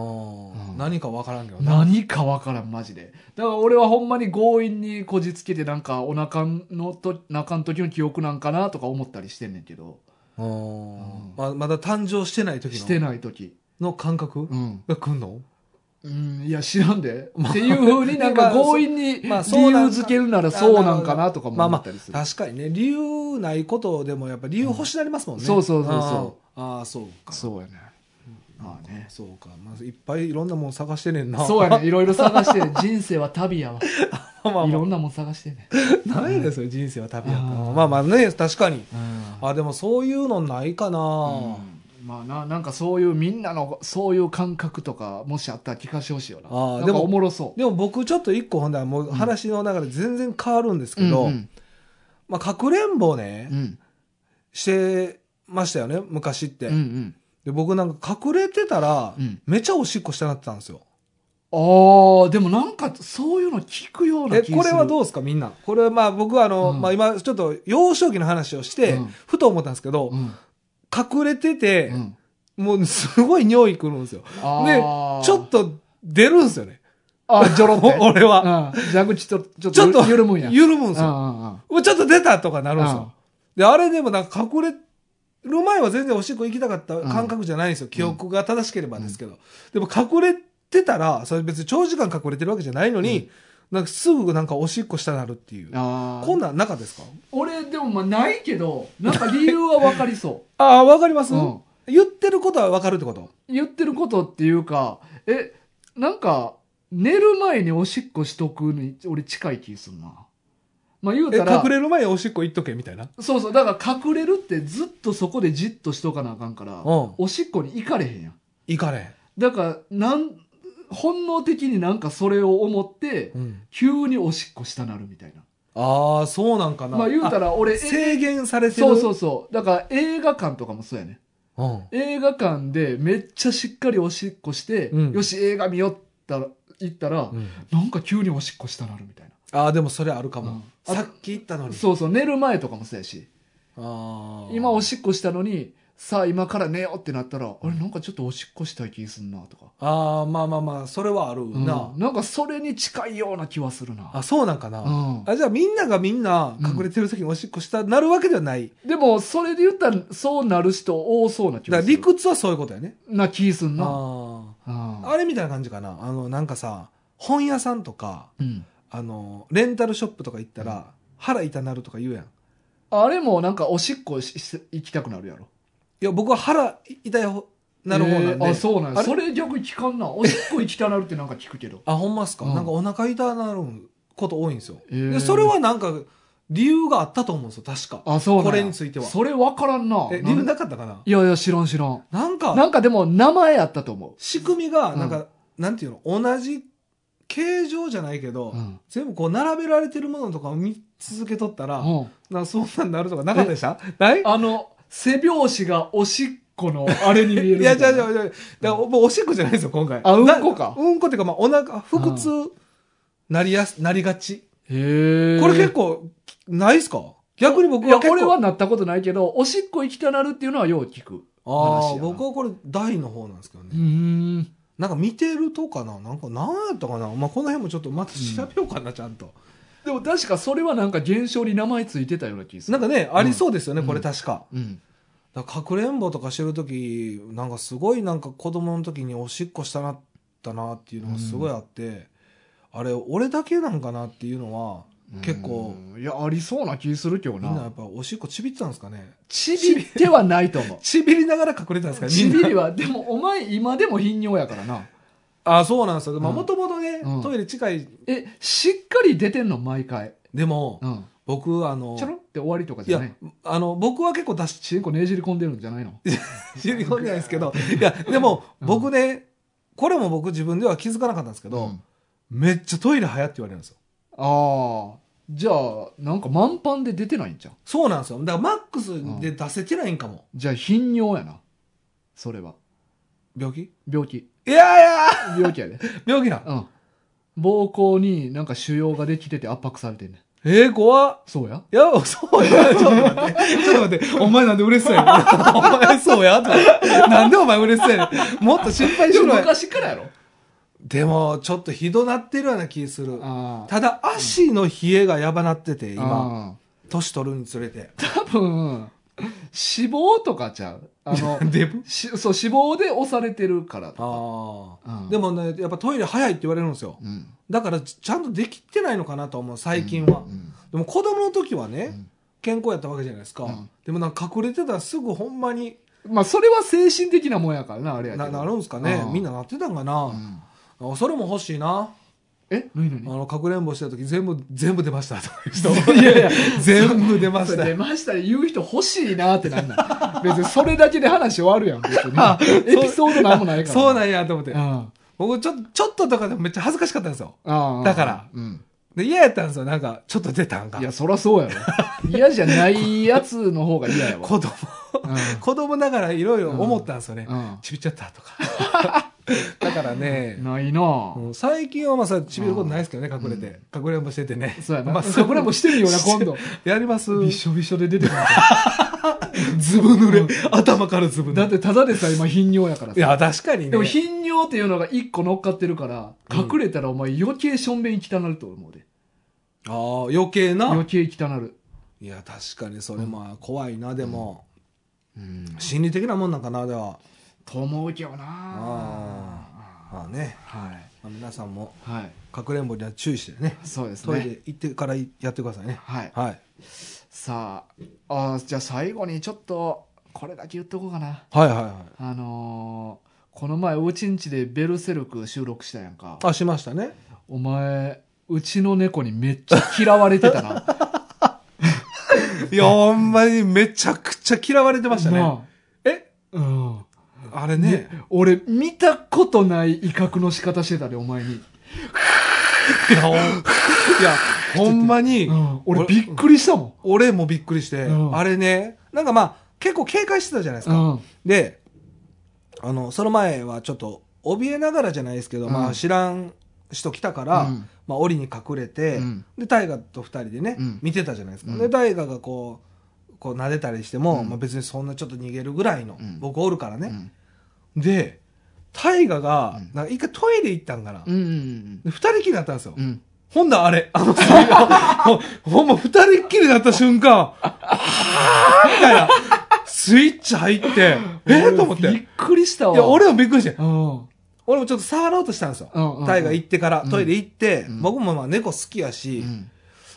Speaker 1: うん
Speaker 2: 何かわからんけどな。
Speaker 1: 何かわからん、マジで。だから俺はほんまに強引にこじつけて、なんかお腹のと、中の時の記憶なんかなとか思ったりしてんねんけど。
Speaker 2: うん
Speaker 1: うん
Speaker 2: ままだ誕生してない時
Speaker 1: して
Speaker 2: の
Speaker 1: ない時。
Speaker 2: の感覚
Speaker 1: うん。
Speaker 2: が来んの
Speaker 1: うん、いや、知らんで。っていうふうになん か
Speaker 2: まあ
Speaker 1: 強引に理
Speaker 2: まあそう
Speaker 1: 由付けるならそうなんかなとかも
Speaker 2: まあ
Speaker 1: 思
Speaker 2: ま
Speaker 1: ったりす
Speaker 2: あ
Speaker 1: る。
Speaker 2: 確かにね理由ないことでもやっぱ理由欲しなりますもんね、
Speaker 1: うんそうそうそうそう
Speaker 2: あーあーそうか
Speaker 1: そうやね。まあね。
Speaker 2: そうか、まあ、いっぱいいろんなもん探してねんな
Speaker 1: そうやね。
Speaker 2: い
Speaker 1: いろいろ探してね。人生は旅やわ。
Speaker 2: まあまあ
Speaker 1: いろんなもん探してね。
Speaker 2: 何やねんそれ人生は旅やった
Speaker 1: あー
Speaker 2: まあまあね確かに
Speaker 1: うん
Speaker 2: あでもそういうのないかな、
Speaker 1: まあな、なんかそういうみんなのそういう感覚とか、もしあったら聞かせてほしいよな。
Speaker 2: あー
Speaker 1: なんか
Speaker 2: でも
Speaker 1: おもろそ
Speaker 2: でも僕ちょっと一個ほんだらもう話の中で全然変わるんです
Speaker 1: う。
Speaker 2: けど、
Speaker 1: うん
Speaker 2: まあ、かくれんぼね、
Speaker 1: うん。
Speaker 2: してましたよね昔って、
Speaker 1: うんうん。
Speaker 2: で僕なんか隠れてたら、
Speaker 1: うん
Speaker 2: めちゃおしっこしたなってたんですよ
Speaker 1: ああ、でもなんかそういうの聞くような
Speaker 2: え
Speaker 1: 気がする。
Speaker 2: これはどうですかみんなこれはまあ僕はあの、
Speaker 1: うん
Speaker 2: まあ、今ちょっと幼少期の話をして、
Speaker 1: うん
Speaker 2: ふと思ったんですけど、
Speaker 1: うん
Speaker 2: 隠れてて、
Speaker 1: うん
Speaker 2: もうすごい尿意くるんですよ
Speaker 1: あー
Speaker 2: ちょっと出るんですよね
Speaker 1: あ、ジョロって。
Speaker 2: 俺は、
Speaker 1: うん蛇口と、ちょっ
Speaker 2: ちょっと
Speaker 1: と緩むんや。
Speaker 2: 緩むんです
Speaker 1: う
Speaker 2: よ、
Speaker 1: んうんうん
Speaker 2: うわちょっと出たとかなるんです
Speaker 1: う
Speaker 2: よ、
Speaker 1: ん
Speaker 2: であれでもなんか隠れる前は全然おしっこ行きたかった感覚じゃないんですよ、記憶が正しければですけど、でも隠れてたらそれ別に長時間隠れてるわけじゃないのに、なんかすぐなんかおしっこしたなるっていう
Speaker 1: あー
Speaker 2: こんなん中ですか
Speaker 1: 俺、でもまあないけど、なんか理由はわかりそ
Speaker 2: ああ、わかり ます、
Speaker 1: うん
Speaker 2: 言ってることはわかるってこと
Speaker 1: う。言ってることっていうか、え、なんか、寝る前におしっこしとくに、俺近い気するな。まあ言う
Speaker 2: え、
Speaker 1: たら
Speaker 2: 隠、れる前におしっこ行っとけみたいな。
Speaker 1: そうそう、だから隠れるってずっとそこでじっとしとかなあかんから、
Speaker 2: うん
Speaker 1: おしっこに行かれへんやん。
Speaker 2: 行かれへん。
Speaker 1: だから、なん、本能的になんかそれを思って、急におしっこしたなるみたいな。
Speaker 2: ああ、そうなんかな。
Speaker 1: まあ言うた
Speaker 2: ら、
Speaker 1: ら俺、え
Speaker 2: 制限されてる。
Speaker 1: そうそうそう。だから映画館とかもそうやね。
Speaker 2: うん。
Speaker 1: 映画館でめっちゃしっかりおしっこして、
Speaker 2: うん
Speaker 1: よし映画見よったら行ったら、
Speaker 2: うん
Speaker 1: なんか急におしっこしたなるみたい
Speaker 2: ああ、でもそれあるかも。
Speaker 1: うん
Speaker 2: さっき言ったの
Speaker 1: な
Speaker 2: に。
Speaker 1: そうそう寝る前とかもそうやし
Speaker 2: ああ。
Speaker 1: 今おしっこしたのにさあ今から寝ようってなったらあれなんかちょっとおしっこしたい気すんなとか、
Speaker 2: ああ、まあまあまあ、それはある
Speaker 1: うん
Speaker 2: な。
Speaker 1: なんかそれに近いような気はするな、
Speaker 2: あ、そうなんかな。
Speaker 1: うん、
Speaker 2: あじゃあみんながみんな隠れてる時におしっこした、なるわけではない。
Speaker 1: でもそれで言ったらそうなる人多そうな気
Speaker 2: だ
Speaker 1: が
Speaker 2: から
Speaker 1: す
Speaker 2: 理
Speaker 1: る
Speaker 2: 屈はそういうことやね。
Speaker 1: な気すんな
Speaker 2: あ
Speaker 1: うん
Speaker 2: あ。あれみたいな感じかな。あの、なんかさ、本屋さんとか、
Speaker 1: うん
Speaker 2: あの、レンタルショップとか行ったら、腹痛なるとか言うやん。い
Speaker 1: あれもなんかおしっこしし行きたくなるやろ
Speaker 2: や、僕は腹痛いほなる方なんで。
Speaker 1: えーあそうなん
Speaker 2: あ
Speaker 1: や
Speaker 2: れ
Speaker 1: それ逆に聞かんなおしっこ行きたなるってなんか聞く けど
Speaker 2: あほんまっすか、
Speaker 1: うん
Speaker 2: なんかお腹痛なること多いんですよ。
Speaker 1: へー
Speaker 2: でそれはなんか、理由があったと思うんですよ、確か。
Speaker 1: あそうなんや
Speaker 2: これについては
Speaker 1: それ分からんな
Speaker 2: え、理
Speaker 1: なん
Speaker 2: 由なかったかない
Speaker 1: やいや知らん知らん
Speaker 2: なんか、
Speaker 1: なんかでも名前あったと思
Speaker 2: 仕組みが、
Speaker 1: うん
Speaker 2: なんか、なんていうの、同じ形状じゃないけど、
Speaker 1: う、うん
Speaker 2: 全部こう並べられてるものとかを見続けとったら、
Speaker 1: うん
Speaker 2: なんかそんなんなるとかなかったでしたない
Speaker 1: あの背拍子がおしっこのあれに見える
Speaker 2: いや、違う
Speaker 1: う
Speaker 2: 違う違う。だから、もうおしっこじゃないですよ、今回。
Speaker 1: あうんこか
Speaker 2: なうんこっていうか、まあ、お腹、腹痛、なりやす、なりがち。
Speaker 1: へえ
Speaker 2: これ結構、ないっすか逆に僕
Speaker 1: い
Speaker 2: は
Speaker 1: や
Speaker 2: 結構。
Speaker 1: 俺はなったことないけどおしっこ行きたなるっていうのはよう聞く
Speaker 2: あ
Speaker 1: 話
Speaker 2: あ、
Speaker 1: やな
Speaker 2: 僕はこれ、大の方なんですけどね。
Speaker 1: ん
Speaker 2: なんか見てるとかななんか、なんやったかなまあ、この辺もちょっとまた調べようかな、ちゃんと。
Speaker 1: でも確かそれはなんか現象に名前ついてたような気がす
Speaker 2: な
Speaker 1: る
Speaker 2: んかね、ありそうですよね、
Speaker 1: うん
Speaker 2: これ確か。
Speaker 1: うん
Speaker 2: だからかくれんぼとかしてるとき、なんかすごいなんか子供の時におしっこしたなったなっていうのがすごいあって、あれ、俺だけなんかなっていうのは、結構
Speaker 1: うんいやありそうな気するけど
Speaker 2: みんなや
Speaker 1: な
Speaker 2: っぱおしっこちびってたんですかね
Speaker 1: ちびってはないと思う
Speaker 2: ちびりながら隠れてたんですか
Speaker 1: ち
Speaker 2: ねみん
Speaker 1: び
Speaker 2: な
Speaker 1: りは、でもお前今でも頻尿やからな。
Speaker 2: あそうなんですよまあ
Speaker 1: うん
Speaker 2: もともとね、
Speaker 1: うん
Speaker 2: トイレ近い
Speaker 1: え、しっかり出てんの毎回。
Speaker 2: でも、
Speaker 1: うん。
Speaker 2: 僕あの
Speaker 1: ちょろって終わりとか
Speaker 2: い
Speaker 1: じゃ
Speaker 2: や
Speaker 1: ない。
Speaker 2: あの僕は結構出し
Speaker 1: チンコねじり込んでるんじゃないの
Speaker 2: 知り込んでないですけどいやでも
Speaker 1: うん
Speaker 2: 僕ね、これも僕自分では気づかなかったんですけど、
Speaker 1: うん
Speaker 2: めっちゃトイレ早って言われるんですよ
Speaker 1: ああ。じゃあ、なんか満パンで出てないんじゃん。
Speaker 2: そうなんですよだからマックスで出せてないんかも、
Speaker 1: じゃあ頻尿やな。それは。
Speaker 2: 病気
Speaker 1: 病気。
Speaker 2: いやいや
Speaker 1: 病気や で。
Speaker 2: 病気なん
Speaker 1: うん。膀胱になんか腫瘍ができてて圧迫されてんねん。
Speaker 2: えー、怖っ
Speaker 1: そうや
Speaker 2: いや、そうや、ちょっと待って。ちょっと待って。お前なんで嬉しそうやねん。お前そうやとかなんでお前嬉しそうやねん。もっと心配しろや。
Speaker 1: 昔からやろ。
Speaker 2: でも、ちょっとひどなってるような気する。
Speaker 1: ああ。
Speaker 2: ただ、足の冷えがやばなってて、今。
Speaker 1: 今。
Speaker 2: 年取るにつれて。
Speaker 1: 多分、脂肪とかちゃう。あの、
Speaker 2: デブ
Speaker 1: しそう脂肪で押されてるからとか
Speaker 2: ああ、
Speaker 1: うん
Speaker 2: でもね、やっぱトイレ早いって言われるんですよ。
Speaker 1: うん
Speaker 2: だから、ちゃんとできてないのかなと思う、最近は。
Speaker 1: うん
Speaker 2: でも、子供の時は
Speaker 1: う
Speaker 2: ね、
Speaker 1: ん
Speaker 2: 健康やったわけじゃないですか。
Speaker 1: うん
Speaker 2: でも、なんか隠れてたらすぐほんまに
Speaker 1: まあそれは精神的なもんやからなあれやけど
Speaker 2: ななるんですかね
Speaker 1: う。ん
Speaker 2: みんななってたんか
Speaker 1: う
Speaker 2: な。
Speaker 1: ん
Speaker 2: あそれも欲しいな。
Speaker 1: え何何
Speaker 2: あの、かくれんぼしてた時、全部、全部出ました、という人。
Speaker 1: いやいや
Speaker 2: 全部出まし
Speaker 1: それ
Speaker 2: た
Speaker 1: 出。ましたね言う人欲しいなってなんない 別にそれだけで話終わるやん別に エピソードなんもないから
Speaker 2: そう
Speaker 1: な
Speaker 2: なんや、と思って。
Speaker 1: ん
Speaker 2: 僕、ちょ、ちょっととかでもめっちゃ恥ずかしかったんですよ。
Speaker 1: ああ
Speaker 2: だから
Speaker 1: うん
Speaker 2: で、嫌やったんですよ。なんか、ちょっと出たんが
Speaker 1: い。やそらそう やろ嫌じゃないやつの方が嫌やわ
Speaker 2: 子供、
Speaker 1: うん
Speaker 2: 子供ながらいろいろ思ったんですよね
Speaker 1: う。ん
Speaker 2: ちびっちゃったとか。だからね、
Speaker 1: ないなぁ
Speaker 2: うん最近はまあさ、ちびることないですけどね、隠れて。隠れんぼしててね。
Speaker 1: そうやな。
Speaker 2: まあ、
Speaker 1: そこらもしてるよな、今度。
Speaker 2: やります。
Speaker 1: びしょびしょで出てくる。
Speaker 2: ずぶ濡れ。頭からずぶ
Speaker 1: だっ
Speaker 2: 濡れ。
Speaker 1: てただでさえ今頻尿やから
Speaker 2: い
Speaker 1: さ。
Speaker 2: や、確かにね。
Speaker 1: でも頻尿っていうのが一個乗っかってるから、
Speaker 2: うん
Speaker 1: 隠れたらお前余計しょんべん汚なると思うで。
Speaker 2: ああ、余計な
Speaker 1: 余。計汚なる。
Speaker 2: いや、確かにそれまあ、怖いな、でも。
Speaker 1: うん。
Speaker 2: 心理的なもんなんかな、では。
Speaker 1: と思うけどな
Speaker 2: あまあね、
Speaker 1: はい。
Speaker 2: まあ皆さんも、
Speaker 1: はい。
Speaker 2: かくれんぼには注意してね。
Speaker 1: そうです
Speaker 2: トイ
Speaker 1: ね。
Speaker 2: レ行ってからやってくださいね。
Speaker 1: はい。
Speaker 2: はい。
Speaker 1: さあ、あーじゃあ最後にちょっと、これだけ言っとこうかな。
Speaker 2: はいはいは
Speaker 1: あのーこの前、うちんちでベルセルク収録したやんか。
Speaker 2: い。あ、しましたね。
Speaker 1: お前、うちの猫にめっちゃ嫌われてた な。
Speaker 2: いや、ほんまにめちゃくちゃ嫌われてましたね。え
Speaker 1: なあうん。
Speaker 2: あれね。
Speaker 1: 俺、見たことない威嚇の仕方してたで、お前に。
Speaker 2: いや、ほんいやほんまに
Speaker 1: う、ん。俺、びっくりしたも
Speaker 2: 俺もびっくりして、
Speaker 1: うん
Speaker 2: あれね、なんかまあ、結構警戒してたじゃないです
Speaker 1: ん。う
Speaker 2: か。
Speaker 1: ん。
Speaker 2: で、あの、その前はちょっと、怯えながらじゃないですけど、
Speaker 1: うん
Speaker 2: まあ、知らん人来たから、
Speaker 1: うん
Speaker 2: まあ、檻に隠れて、
Speaker 1: うん
Speaker 2: で、大河と二人でね、
Speaker 1: うん
Speaker 2: 見てたじゃないですか。
Speaker 1: うん
Speaker 2: で、大河がこう、こう撫でたりしても、
Speaker 1: うん
Speaker 2: まあ、別にそんなちょっと逃げるぐらいの、
Speaker 1: うん
Speaker 2: 僕おるから
Speaker 1: う
Speaker 2: ね。
Speaker 1: ん。
Speaker 2: で、大河が、
Speaker 1: うん
Speaker 2: なんか一回トイレ行ったんかな。
Speaker 1: うんうん
Speaker 2: で二人きりだったんですよ。
Speaker 1: うん。うん。
Speaker 2: ほんだらあれ、あの、ほ ほんま二人っきりになった瞬間、はぁーみたいな、スイッチ入って、えー、と思って。
Speaker 1: 俺び
Speaker 2: い
Speaker 1: っくりしたわ。
Speaker 2: や、、俺もびっくりして。
Speaker 1: うん。
Speaker 2: 俺もちょっと触ろうとしたんですよ。
Speaker 1: うんうん
Speaker 2: タイが行ってから、
Speaker 1: うん
Speaker 2: トイレ行って、
Speaker 1: うん
Speaker 2: 僕もまあ猫好きやし、
Speaker 1: うん。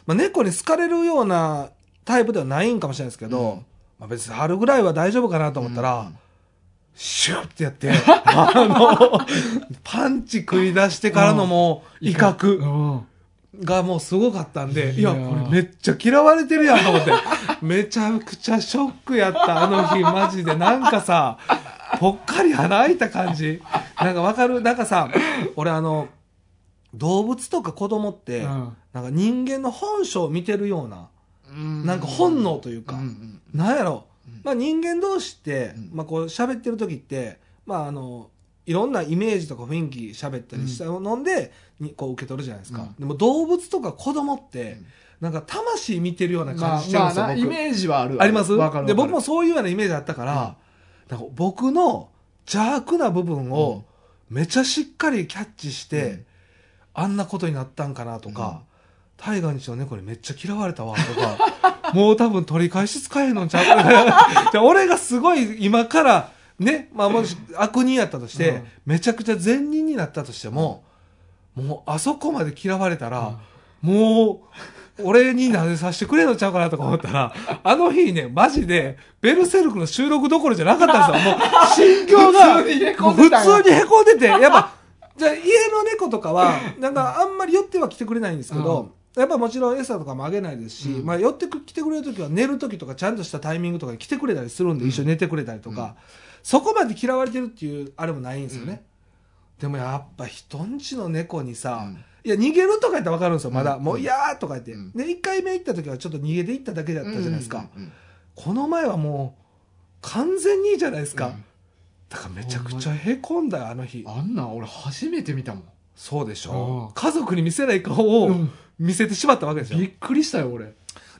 Speaker 2: まあ、猫に好かれるようなタイプではないんかもしれないですけど、
Speaker 1: うん
Speaker 2: まあ、別に春ぐらいは大丈夫かなと思ったら、
Speaker 1: うん
Speaker 2: シューってやって、あ の、パンチ繰り出してからのもう、威嚇。
Speaker 1: うん。
Speaker 2: がもうすごかったんで、いや、
Speaker 1: いやー
Speaker 2: これめっちゃ嫌われてるやんと 思って、めちゃくちゃショックやった、あの日、マジで。なんかさ、ぽっかり穴開いた感じ。なんかわかるなんかさ、俺あの、動物とか子供って、
Speaker 1: うん
Speaker 2: なんか人間の本性を見てるような、
Speaker 1: うん
Speaker 2: なんか本能というか、
Speaker 1: うん
Speaker 2: なんやろ
Speaker 1: うん、
Speaker 2: まあ人間同士って、
Speaker 1: うん
Speaker 2: まあこう喋ってる時って、まああの、いろんなイメージとか雰囲気喋ったりしたので、にこう受け取るじゃないですか。
Speaker 1: うん
Speaker 2: でも動物とか子供って、
Speaker 1: うん
Speaker 2: なんか魂見てるような
Speaker 1: うんま
Speaker 2: 感
Speaker 1: あ
Speaker 2: じしてるん
Speaker 1: ま
Speaker 2: で
Speaker 1: あ
Speaker 2: すよ、
Speaker 1: な、イ
Speaker 2: 僕。
Speaker 1: メージはあるわ
Speaker 2: あります
Speaker 1: わかるわかる
Speaker 2: で、僕もそういうようなイメージあったから、なんか僕の邪悪な部分をめちゃしっかりキャッチして、
Speaker 1: うん
Speaker 2: あんなことになったんかなとか、タイガーにしの猫にめっちゃ嫌われたわとか、 もう多分取り返し使えんのちゃう で俺がすごい今から、ね、まあもし悪人やったとして、
Speaker 1: うん
Speaker 2: めちゃくちゃ善人になったとしても、もうあそこまで嫌われたら、もう、俺になでさせてくれんのちゃうかなとか思ったら、あの日ね、マジで、ベルセルクの収録どころじゃなかったんですよ。もう、心境が、
Speaker 1: 普通にへこんでたんや
Speaker 2: もう普通にへこんで て、やっぱ、じゃあ家の猫とかは、なんかあんまり寄っては来てくれないんですけど、やっぱもちろん餌とかもあげないですし、
Speaker 1: うん
Speaker 2: まあ寄ってく来てくれるときは寝るときとかちゃんとしたタイミングとかに来てくれたりするんで、一緒に寝てくれたりとか、
Speaker 1: うん
Speaker 2: そこまで嫌われてるっていうあれもないんですよね。でもやっぱ人んちの猫にさ、
Speaker 1: うん
Speaker 2: いや、逃げるとか言ったら分かるんですよ、まだ。
Speaker 1: うん
Speaker 2: もう、いやーとか言って。
Speaker 1: うん
Speaker 2: で、1回目行った時はちょっと逃げて行っただけだったじゃないですか。
Speaker 1: うんうんうん
Speaker 2: この前はもう、完全にいいじゃないですか。
Speaker 1: うん
Speaker 2: だからめちゃくちゃへこんだよ、あの日。
Speaker 1: あんなん俺初めて見たもん。
Speaker 2: そうでし
Speaker 1: う
Speaker 2: ょ
Speaker 1: ん。
Speaker 2: 家族に見せない顔
Speaker 1: う
Speaker 2: を
Speaker 1: ん
Speaker 2: 見せてしまったわけでしょ。
Speaker 1: びっくりしたよ、俺。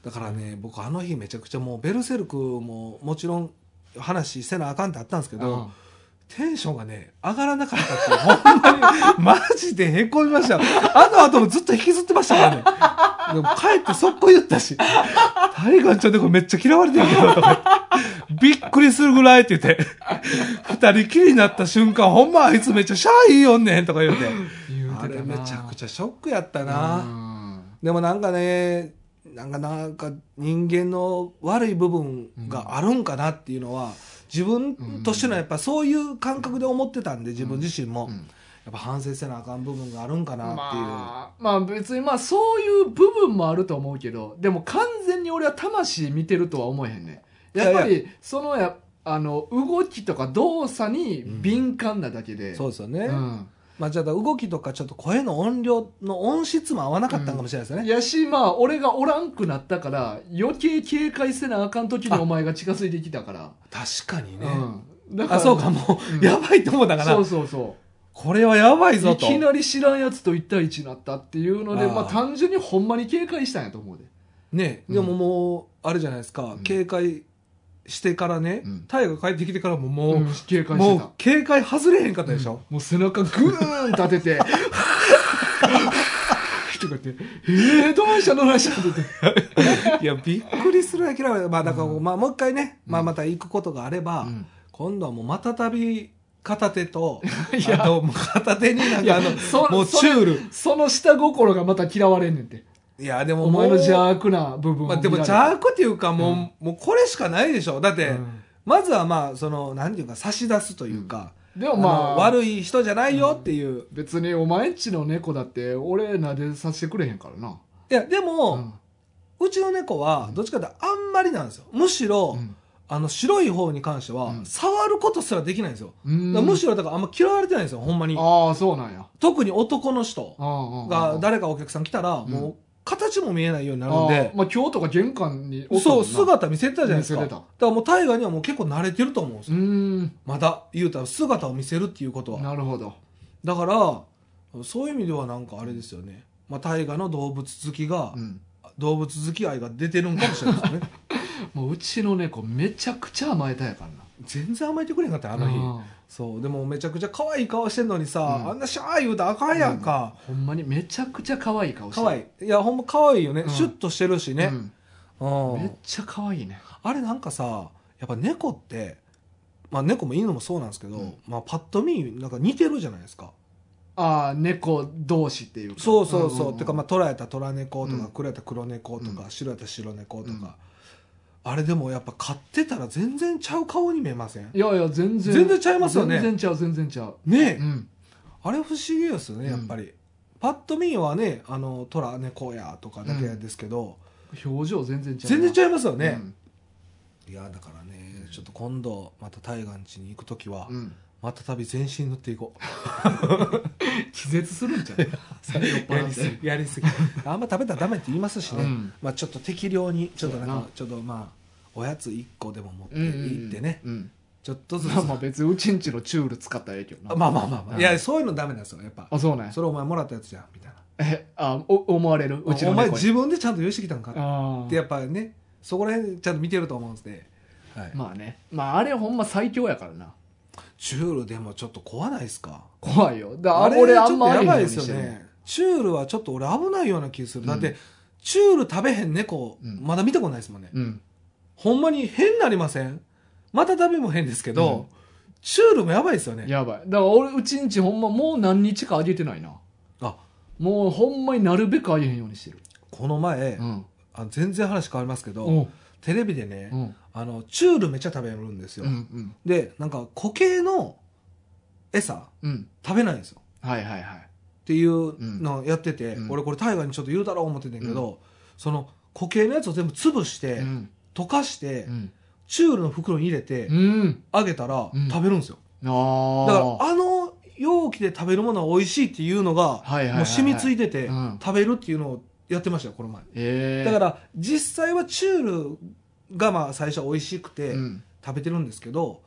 Speaker 2: だからね、僕あの日めちゃくちゃもう、ベルセルクももちろん話せなあかんってあったんですけど、
Speaker 1: うん
Speaker 2: テンションがね、上がらなかったっていう、ほんまに、マジでへこみましたよ。あの後もずっと引きずってましたからね。でも帰って速攻言ったし、タイガーちゃんでこれめっちゃ嫌われてるけど、とか言ってびっくりするぐらいって言って、二人きりになった瞬間、ほんまあいつめっちゃシャイよんねんとか言うて。
Speaker 1: 言う
Speaker 2: あ
Speaker 1: て
Speaker 2: れ
Speaker 1: た
Speaker 2: めちゃくちゃショックやった
Speaker 1: ゃ
Speaker 2: な。でもなんかね、なんかなんか人間の悪い部分があるんかなっていうのは、自分としてのやっぱそういう感覚で思ってたんで、自分自身も、やっぱ反省せなあかん部分があるんかなっていう。
Speaker 1: まあ、まあ別にまあそういう部分もあると思うけどでも完全に俺は魂見てるとは思えへんねやっぱ
Speaker 2: いや
Speaker 1: りそのやあの動きとか動作に敏感なだけで、うん、
Speaker 2: そうですよね。
Speaker 1: うん
Speaker 2: まあ、ちょっと動きとか、ちょっと声の音量の音質も合わなかったんかもしれないですよね。
Speaker 1: やしまあ俺がおらんくなったから余計警戒せなあかん時にお前が近づいてきたから
Speaker 2: 確かにね。
Speaker 1: うん、だ
Speaker 2: あ、そうか、もう、
Speaker 1: うん
Speaker 2: やばいと思ったから、
Speaker 1: そうそうそ
Speaker 2: これはやばいぞ
Speaker 1: い
Speaker 2: と。
Speaker 1: きなり知らんやつと1対1になったっていうので
Speaker 2: あー
Speaker 1: まあ単純にほんまに警戒したんやと思うで
Speaker 2: ね、
Speaker 1: うん
Speaker 2: でももう、あれじゃないですか、
Speaker 1: ん
Speaker 2: 警戒してからね
Speaker 1: うん、
Speaker 2: タイが帰ってきてからももう、
Speaker 1: うん警戒し
Speaker 2: も
Speaker 1: て
Speaker 2: う
Speaker 1: た
Speaker 2: 警戒外れへんかったでしょ。
Speaker 1: もう背中グーン立てて とか言って「えー、どうしたの?」話してて
Speaker 2: いや、びっくりするやけど、まあ、だから、
Speaker 1: うん
Speaker 2: まあ、もう一回ね、
Speaker 1: うん
Speaker 2: まあ、また行くことがあれば、今度はもう、またたび、片手と、
Speaker 1: いや
Speaker 2: あと、もう片手になん
Speaker 1: い
Speaker 2: か、あ
Speaker 1: や
Speaker 2: の、
Speaker 1: そ
Speaker 2: もう、チ
Speaker 1: それ
Speaker 2: ュール。
Speaker 1: その下心がまた嫌われんねんて
Speaker 2: いや、でも、
Speaker 1: お前の
Speaker 2: もう
Speaker 1: 邪悪な部分を見
Speaker 2: まあ、
Speaker 1: られ
Speaker 2: で
Speaker 1: て
Speaker 2: も、邪悪っていうか、もう、
Speaker 1: うん
Speaker 2: もう、これしかないでしょ。だって、
Speaker 1: うん
Speaker 2: まずはまあ、その、なんていうか、差し出すというか、
Speaker 1: でも
Speaker 2: あ
Speaker 1: ま
Speaker 2: の
Speaker 1: あ
Speaker 2: 悪い人じゃないよっていう。
Speaker 1: 別にお前んちの猫だって俺撫でさせてくれへんからない
Speaker 2: や、でも、
Speaker 1: うん
Speaker 2: うちの猫は、どっちかっていうとあんまりなんですよ。むしろ、あの、白い方に関しては、
Speaker 1: うん
Speaker 2: 触ることすらできないんですよ。
Speaker 1: うん
Speaker 2: だからむしろ、だからあんま嫌われてないんですよ、ほんまに。
Speaker 1: ああそうなんや
Speaker 2: 特に男の人が、
Speaker 1: が
Speaker 2: 誰かお客さん来たら、
Speaker 1: ん
Speaker 2: もう、形も見えないようになるん
Speaker 1: あ
Speaker 2: で
Speaker 1: ー、まあ今日とか玄関におったもん
Speaker 2: そう、
Speaker 1: な
Speaker 2: 姿見せてたじゃないですか。
Speaker 1: 見
Speaker 2: だ
Speaker 1: せて
Speaker 2: か
Speaker 1: た
Speaker 2: らもう、大河にはもう結構慣れてると思うんです
Speaker 1: う
Speaker 2: よ。
Speaker 1: ーん
Speaker 2: まだ、言うたら、姿を見せるっていうことは。
Speaker 1: なるほど
Speaker 2: だから、そういう意味ではなんかあれですよね。まあ、大河の動物好きが、
Speaker 1: うん
Speaker 2: 動物好き愛が出てるんかもしれないです よね。
Speaker 1: もううちの猫めちゃくちゃ甘えたやからな
Speaker 2: 全然甘えてくれんかったよあの日。そうでもめちゃくちゃ可愛い顔してんのにさ、
Speaker 1: うん
Speaker 2: あんなシャー言うたらあかんやんか、
Speaker 1: ほんまにめちゃくちゃ可愛い顔して
Speaker 2: 可愛いいやほんま可愛いよね、
Speaker 1: うん
Speaker 2: シュッとしてるしね、
Speaker 1: う
Speaker 2: うんん
Speaker 1: めっちゃ可愛いね
Speaker 2: あれなんかさやっぱ猫って、まあ、猫も犬もそうなんですけど、
Speaker 1: うん
Speaker 2: まあ、パッと見なんか似てるじゃないですか
Speaker 1: ああ猫同士っていうか
Speaker 2: そうそうそう、
Speaker 1: んんん
Speaker 2: てかまあ捉えた虎猫とか、
Speaker 1: うん
Speaker 2: 黒やった黒猫とか、
Speaker 1: うん
Speaker 2: 白やった白猫とか、
Speaker 1: うん
Speaker 2: あれでもやっぱ飼ってたら全然ちゃう顔に見えません
Speaker 1: いやいや全然
Speaker 2: 全然ちゃいますよね
Speaker 1: 全然ちゃう全然ちゃう
Speaker 2: ねえ、
Speaker 1: うん
Speaker 2: あれ不思議ですよねやっぱり、パッと見はねあの虎猫やとかだけですけど、
Speaker 1: 表情全然ちゃう
Speaker 2: 全然ち
Speaker 1: ゃ
Speaker 2: ゃいますよ
Speaker 1: う
Speaker 2: ね、いやだからねちょっと今度また大河地に行く時は、
Speaker 1: うんうん
Speaker 2: またたび全身塗っていこう
Speaker 1: 気絶するんちゃう酔っ払って
Speaker 2: やりすぎあんま食べたらダメって言いますしね、
Speaker 1: うん
Speaker 2: まあ、ちょっと適量にちょっとなん
Speaker 1: そう
Speaker 2: か
Speaker 1: やな
Speaker 2: ちょっとまあおやつ1個でも持って
Speaker 1: うんうんうん
Speaker 2: いってね、
Speaker 1: うん
Speaker 2: ちょっとずつ、
Speaker 1: まあまあ別にうちんちのチュール使ったらええけどな
Speaker 2: まあまあまあまあ、
Speaker 1: うん
Speaker 2: いやそういうのダメなんですよやっぱ
Speaker 1: あそうね
Speaker 2: それお前もらったやつじゃんみたいな
Speaker 1: えあお思われるうちの
Speaker 2: お前
Speaker 1: 猫に
Speaker 2: 自分でちゃんと用意してきたんかって
Speaker 1: あ
Speaker 2: やっぱねそこら辺ちゃんと見てると思うんですね、はい
Speaker 1: あまあねまああれほんま最強やからな
Speaker 2: チュールでもちょっと怖ないですか
Speaker 1: 怖いよだから
Speaker 2: あれ
Speaker 1: 俺
Speaker 2: 俺
Speaker 1: あ
Speaker 2: あ
Speaker 1: ん
Speaker 2: ん
Speaker 1: ま
Speaker 2: ま
Speaker 1: あ
Speaker 2: や
Speaker 1: れへんよう
Speaker 2: ばい
Speaker 1: にし
Speaker 2: です
Speaker 1: て
Speaker 2: よ
Speaker 1: んね
Speaker 2: ねチュールはちょっと俺危ないような気する、だっ
Speaker 1: う
Speaker 2: て
Speaker 1: ん
Speaker 2: チュール食べへん猫、
Speaker 1: うん
Speaker 2: まだ見たことないですもんね、
Speaker 1: うん
Speaker 2: ほんまに変なりませんまた食べも変ですけど、チュールもやばいですよね
Speaker 1: やばいだから俺うちんちほんまもう何日かあげてないな
Speaker 2: あ
Speaker 1: もうほんまになるべくあげへんようにしてる
Speaker 2: この前、
Speaker 1: うん
Speaker 2: あ全然話変わりますけど、
Speaker 1: うん
Speaker 2: テレビでね、
Speaker 1: うん
Speaker 2: あのチュールめっちゃ食べるんですよ、
Speaker 1: うん
Speaker 2: でなんか固形の餌
Speaker 1: うん
Speaker 2: 食べないんですよ
Speaker 1: はいはいはい
Speaker 2: っていうのをやってて、
Speaker 1: うん
Speaker 2: 俺これ大河にちょっと言うだろう思ってんねんけど、その固形のやつを全部潰して、
Speaker 1: うん
Speaker 2: 溶かして、
Speaker 1: うん
Speaker 2: チュールの袋に入れて、
Speaker 1: うん
Speaker 2: あげたら
Speaker 1: うん
Speaker 2: 食べるんですよ、
Speaker 1: ああ
Speaker 2: だからあの容器で食べるものは美味しいっていうのが、
Speaker 1: はいはいはいはい
Speaker 2: もう染みついてて、
Speaker 1: うん
Speaker 2: 食べるっていうのをやってましたよこの前、
Speaker 1: ええ
Speaker 2: だから実際はチュールがまあ最初は美味しくて
Speaker 1: うん
Speaker 2: 食べてるんですけど、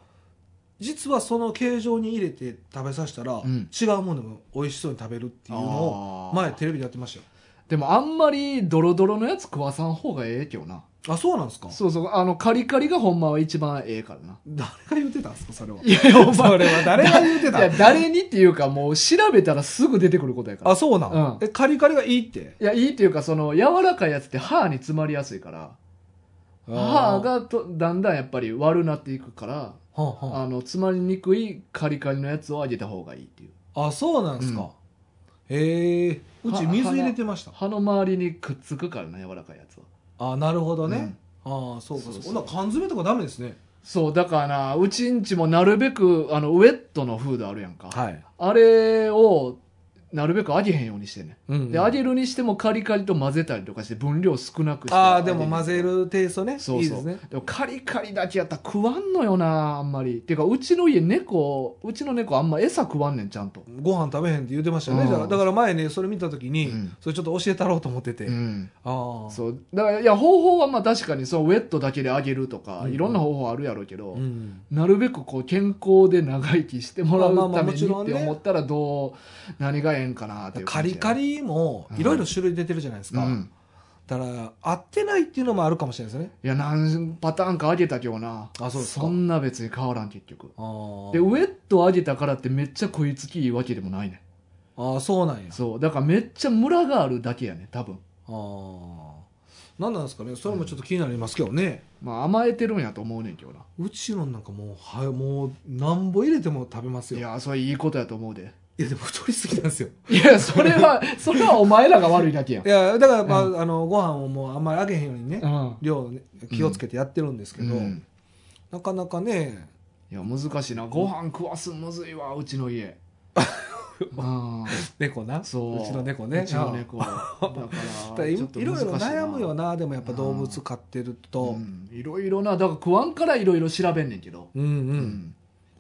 Speaker 2: 実はその形状に入れて食べさせたら、
Speaker 1: ん
Speaker 2: 違うものでも美味しそうに食べるっていうのを
Speaker 1: あー
Speaker 2: 前テレビでやってましたよ
Speaker 1: でもあんまりドロドロのやつ食わさん方がええけどな
Speaker 2: あそうなんですか
Speaker 1: そうそうあのカリカリがほんまは一番ええからな
Speaker 2: 誰が言ってたんですかそれはい
Speaker 1: やお前
Speaker 2: それは誰が言って
Speaker 1: いや
Speaker 2: た
Speaker 1: 誰にっていうかもう調べたらすぐ出てくることやから
Speaker 2: あそうなん、
Speaker 1: うん
Speaker 2: えカリカリがいいって
Speaker 1: いやいいっていうかその柔らかいやつって歯に詰まりやすいから歯がとだんだんやっぱり悪なっていくから
Speaker 2: はんはん
Speaker 1: あの詰まりにくいカリカリのやつをあげた方がいいっていう
Speaker 2: あそうなんですか、へえうち水入れてました
Speaker 1: 歯の周りにくっつくからな柔らかいやつは
Speaker 2: あなるほどね、ああそうかそう
Speaker 1: そ
Speaker 2: か
Speaker 1: うそう
Speaker 2: ほんなら缶詰とかダメですね
Speaker 1: そうだからなうちんちもなるべくあのウェットのフードあるやんか
Speaker 2: はい
Speaker 1: あれをなるべく揚げへんようにしてんね
Speaker 2: うんうんん
Speaker 1: で揚げるにしてもカリカリと混ぜたりとかして分量少なくして
Speaker 2: ああ、でも混ぜ
Speaker 1: る
Speaker 2: るテイストね。
Speaker 1: そうそう
Speaker 2: いいですね。
Speaker 1: でもカリカリだけやったら食わんのよなあんまりっていうかうちの家猫うちの猫あんま餌食わんねんちゃんと、
Speaker 2: ご飯食べへんって言ってましたよね。
Speaker 1: うん
Speaker 2: じゃあだから前ね、それ見たときに、
Speaker 1: うん
Speaker 2: それちょっと教えたろうと思ってて。ああ。
Speaker 1: そうだからいや方法はまあ確かにそのウェットだけで揚げるとか、
Speaker 2: うん
Speaker 1: いろんな方法あるやろうけど、
Speaker 2: うん
Speaker 1: なるべくこう健康で長生きしてもらう
Speaker 2: まあまあま
Speaker 1: た
Speaker 2: あ
Speaker 1: めにって
Speaker 2: もちろんね
Speaker 1: 思ったらどう何がええんかなっていう
Speaker 2: カ
Speaker 1: 感じ
Speaker 2: リ
Speaker 1: や
Speaker 2: カリもいろいろ種類出てるじゃないです
Speaker 1: う
Speaker 2: か、
Speaker 1: ん、
Speaker 2: だから合ってないっていうのもあるかもしれないですよね
Speaker 1: いや何パターンか揚げたけどな
Speaker 2: あそうですか
Speaker 1: んな別に変わらん結局
Speaker 2: あ
Speaker 1: でウェット揚げたからってめっちゃ食いつきいいわけでもないね
Speaker 2: ああそうなんや
Speaker 1: そうだからめっちゃムラがあるだけやね多分
Speaker 2: ああんなんですかねそれもちょっと気になりますけどね、
Speaker 1: まあ甘えてるんやと思うねんけどな
Speaker 2: うちのなんかもうはもうなんぼ入れても食べますよ
Speaker 1: い
Speaker 2: いや
Speaker 1: やそれいいことやと思うで
Speaker 2: でも太りすぎなんですよ
Speaker 1: いやそれはそれはお前らが悪いだけやん
Speaker 2: いやだから、まあ
Speaker 1: う
Speaker 2: あのご飯をもうあんまりあげへんようにね、
Speaker 1: うん
Speaker 2: 量をね気をつけてやってるんですけど、
Speaker 1: うん
Speaker 2: なかなかね
Speaker 1: いや難しいなご飯食わすんむずいわうちの 家うん
Speaker 2: 猫な
Speaker 1: そう
Speaker 2: ちの猫ね
Speaker 1: うちの猫だか
Speaker 2: だかららいいろいろ
Speaker 1: 難し
Speaker 2: 悩むよなでもやっぱ動物飼ってる
Speaker 1: う、
Speaker 2: と
Speaker 1: んいろいろなだから食わんからいろいろ調べんねんけど
Speaker 2: うんう
Speaker 1: う
Speaker 2: ん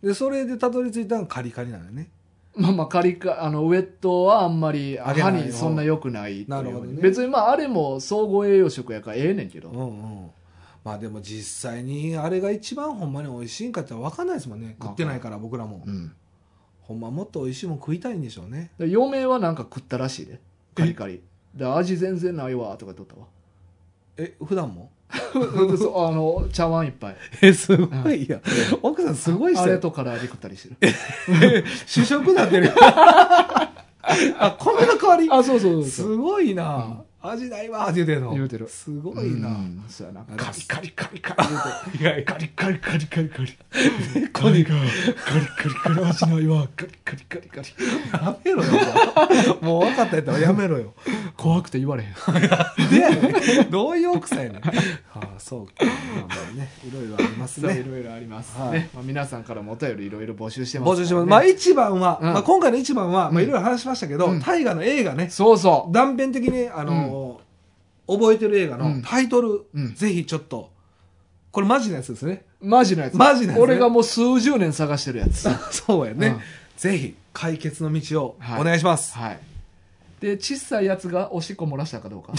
Speaker 1: ん
Speaker 2: でそれでたどり着いたのがカリカリなのよね
Speaker 1: まあまあカリカあのウェットはあんまり
Speaker 2: あげな
Speaker 1: 歯
Speaker 2: い
Speaker 1: にそんな良くないっていう
Speaker 2: なるほどね
Speaker 1: 別にまああれも総合栄養食やからええねんけど
Speaker 2: うんうんまあでも実際にあれが一番ほんまに美味しいんかって分かんないですもんね食ってないから僕らも
Speaker 1: うん
Speaker 2: ほんまもっと美味しいもん食いたいんでしょうね
Speaker 1: で嫁はなんか食ったらしいでカリカリで味全然ないわとか言っとったわ
Speaker 2: え普段も
Speaker 1: そうあの茶碗一杯
Speaker 2: えす
Speaker 1: ご
Speaker 2: いや奥さんすご
Speaker 1: あれと唐揚げ食ったりしてる
Speaker 2: 主食なっ てるあ米の代わり
Speaker 1: あそうそう
Speaker 2: す
Speaker 1: そう
Speaker 2: ごいな、味ないわって言うてんの
Speaker 1: 言うてる
Speaker 2: すごいな、
Speaker 1: うんそうやな
Speaker 2: あれ
Speaker 1: カリカリカリカリ言うて
Speaker 2: いやいや
Speaker 1: カリカリカリカリカリ
Speaker 2: こ れ
Speaker 1: カリカリカリ味ないわカリカリカリカリ
Speaker 2: やめろよもう分かったやったらやめろよ
Speaker 1: 怖くて言われへん
Speaker 2: でやねんどういう奥さんやねん ああそうかまあまあねいろいろあります
Speaker 1: そうい
Speaker 2: ね
Speaker 1: ろいろあります
Speaker 2: はい
Speaker 1: ねまあ皆さんからもお便りいろいろ募集してます
Speaker 2: 募集します、
Speaker 1: ね
Speaker 2: まあ一番は、
Speaker 1: うん
Speaker 2: まあ、今回の一番は、まあ、いろいろ話しましたけど、
Speaker 1: うん
Speaker 2: 大河の映画ね
Speaker 1: そうそ
Speaker 2: 断片的にあのー覚えてる映画
Speaker 1: う
Speaker 2: の
Speaker 1: ん
Speaker 2: タイトル、
Speaker 1: うん
Speaker 2: ぜひちょっとこれマジなやつですね
Speaker 1: うマジのやつ
Speaker 2: マジのやつね
Speaker 1: 俺がもう数十年探してるや つ
Speaker 2: そうやね、
Speaker 1: うん
Speaker 2: ぜひ解決の道を
Speaker 1: はい
Speaker 2: お願いします、
Speaker 1: はいで小さいやつがおしっこ漏らしたかど うか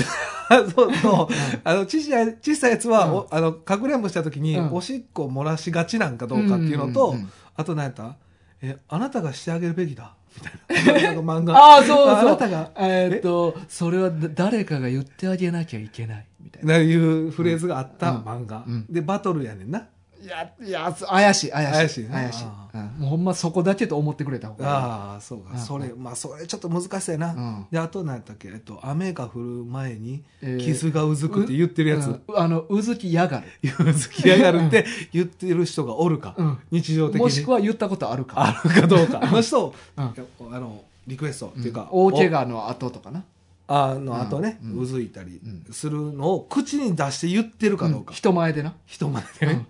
Speaker 2: そうそうあの小さい小さいやつは、
Speaker 1: うん
Speaker 2: おあのかくれんぼした時に、
Speaker 1: うん
Speaker 2: おしっこ漏らしがちなんかどうかっていうのと、
Speaker 1: うんうんうん
Speaker 2: あと何やったえあなたがしてあげるべ きだみたいななんか漫画
Speaker 1: ああそうそう
Speaker 2: あなたが
Speaker 1: えーっとそれはだ誰かが言ってあげなきゃいけないみたいな
Speaker 2: ないうフレーズがあった
Speaker 1: うん
Speaker 2: 漫画、
Speaker 1: うん
Speaker 2: でバトルやねんない
Speaker 1: やいやそ怪しい怪しい
Speaker 2: 怪しいね
Speaker 1: 怪しい
Speaker 2: あ
Speaker 1: うんもうほんまそこだけと思ってくれた方が
Speaker 2: ああそうか、
Speaker 1: うん
Speaker 2: それまあそれちょっと難しいな、
Speaker 1: うん
Speaker 2: であと何やったっけ、えっと、雨が降る前に
Speaker 1: えー
Speaker 2: 傷がうずくって言って
Speaker 1: いい
Speaker 2: るやつ、
Speaker 1: うんあのうずきやがる
Speaker 2: うずきやがるって言ってる人がおるか、
Speaker 1: うん
Speaker 2: 日常的に
Speaker 1: もしくは言ったことあるか
Speaker 2: あるか どうかの人を、
Speaker 1: うん
Speaker 2: あのリクエストっていうか、
Speaker 1: 大怪我の後とかな
Speaker 2: おあのあとね、
Speaker 1: う
Speaker 2: うんずいたり
Speaker 1: うん
Speaker 2: するのを口に出して言ってるかどう
Speaker 1: う
Speaker 2: か、
Speaker 1: ん人前でな
Speaker 2: 人前でね、
Speaker 1: うん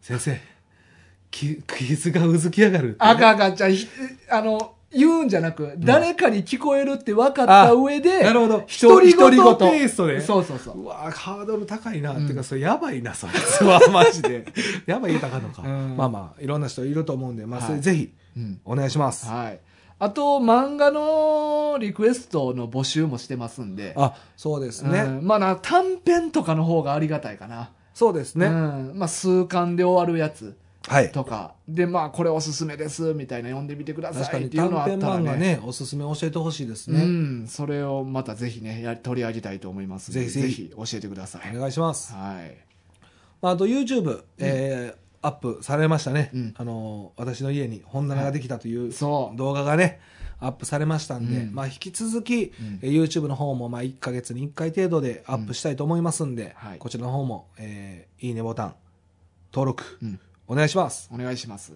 Speaker 2: 先生き傷がうずきやがるってね、
Speaker 1: あかんあかんじゃあひあの言うんじゃなく誰かに聞こえるって分かった上で、
Speaker 2: なるほど
Speaker 1: 独り言
Speaker 2: 独り言テイストで
Speaker 1: そうそうそう
Speaker 2: うわーハードル高いな、
Speaker 1: うん
Speaker 2: っていうかそれやばいなそいつはマ ジでやばい言いたかんのか、
Speaker 1: うん
Speaker 2: まあまあいろんな人いると思うんで、まあ、そ
Speaker 1: は
Speaker 2: れ
Speaker 1: い
Speaker 2: ぜひ
Speaker 1: うん
Speaker 2: お願いします、
Speaker 1: はいあと漫画のリクエストの募集もしてますんで
Speaker 2: あそうですね、
Speaker 1: うんまあな短編とかの方がありがたいかな
Speaker 2: そうですね、
Speaker 1: うんまあ数巻で終わるやつ
Speaker 2: はい
Speaker 1: とかでまあこれおすすめですみたいな読んでみてくだ
Speaker 2: 確
Speaker 1: さ
Speaker 2: か
Speaker 1: いっ
Speaker 2: に
Speaker 1: ていう
Speaker 2: 短
Speaker 1: のあっ
Speaker 2: 編
Speaker 1: たら
Speaker 2: 漫画
Speaker 1: ね
Speaker 2: ねおすすめ教えてほしいですね、
Speaker 1: うん、それをまたぜひねや取り上げたいと思いますので
Speaker 2: ぜひぜひ
Speaker 1: 教えてください、
Speaker 2: お願いします、
Speaker 1: はい
Speaker 2: まあ、あと YouTube、えーアップされましたね、
Speaker 1: うん
Speaker 2: あの私の家に本棚ができたという
Speaker 1: そう
Speaker 2: 動画がねアップされましたんで、
Speaker 1: うん
Speaker 2: まあ、引き続き、
Speaker 1: うん
Speaker 2: えー YouTube の方もまあ1か月に1回程度でアップしたいと思いますんで、
Speaker 1: はい
Speaker 2: こちらの方も、えーいいねボタン登録、
Speaker 1: うん
Speaker 2: お願いします
Speaker 1: お願いします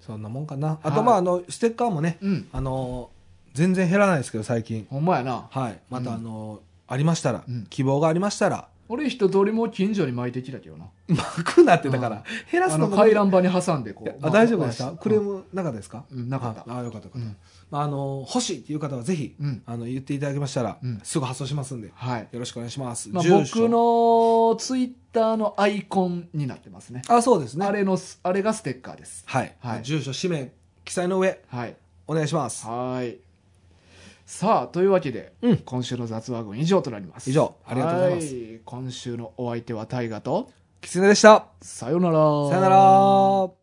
Speaker 2: そんなもんかなあと、
Speaker 1: はい
Speaker 2: まあ、あのステッカーもね、
Speaker 1: うん
Speaker 2: あの全然減らないですけど最近
Speaker 1: ほんまやな
Speaker 2: はいまた、あのありましたら、
Speaker 1: うん
Speaker 2: 希望がありましたら
Speaker 1: 俺一通りもう近所に巻いてきたけどな
Speaker 2: 巻くなってだから、減ら
Speaker 1: あ
Speaker 2: す
Speaker 1: の
Speaker 2: の
Speaker 1: 回覧板に挟んでこ
Speaker 2: いや
Speaker 1: う
Speaker 2: あ大丈夫でした
Speaker 1: うん
Speaker 2: クレームなかったですか
Speaker 1: うんなかった
Speaker 2: ああよかったよ
Speaker 1: う
Speaker 2: かった
Speaker 1: ん
Speaker 2: まああの欲しいっていう方はぜひ
Speaker 1: うん
Speaker 2: あの言っていただけましたら
Speaker 1: うん
Speaker 2: すぐ発送しますんでよ
Speaker 1: はい、
Speaker 2: ろしくお願いします
Speaker 1: まあ、
Speaker 2: 住
Speaker 1: 僕
Speaker 2: 所
Speaker 1: のツイッターのアイコンになってますね
Speaker 2: あそうですね
Speaker 1: あれのスあれがステッカーです
Speaker 2: はい
Speaker 1: はい
Speaker 2: 住所氏名記載の上
Speaker 1: はい
Speaker 2: お願いします
Speaker 1: はいさあというわけで、
Speaker 2: うん
Speaker 1: 今週の雑話群以上となります
Speaker 2: 以上ありがとうございます
Speaker 1: は今週のお相手は大ガと
Speaker 2: キツネでした
Speaker 1: さよなら
Speaker 2: さよなら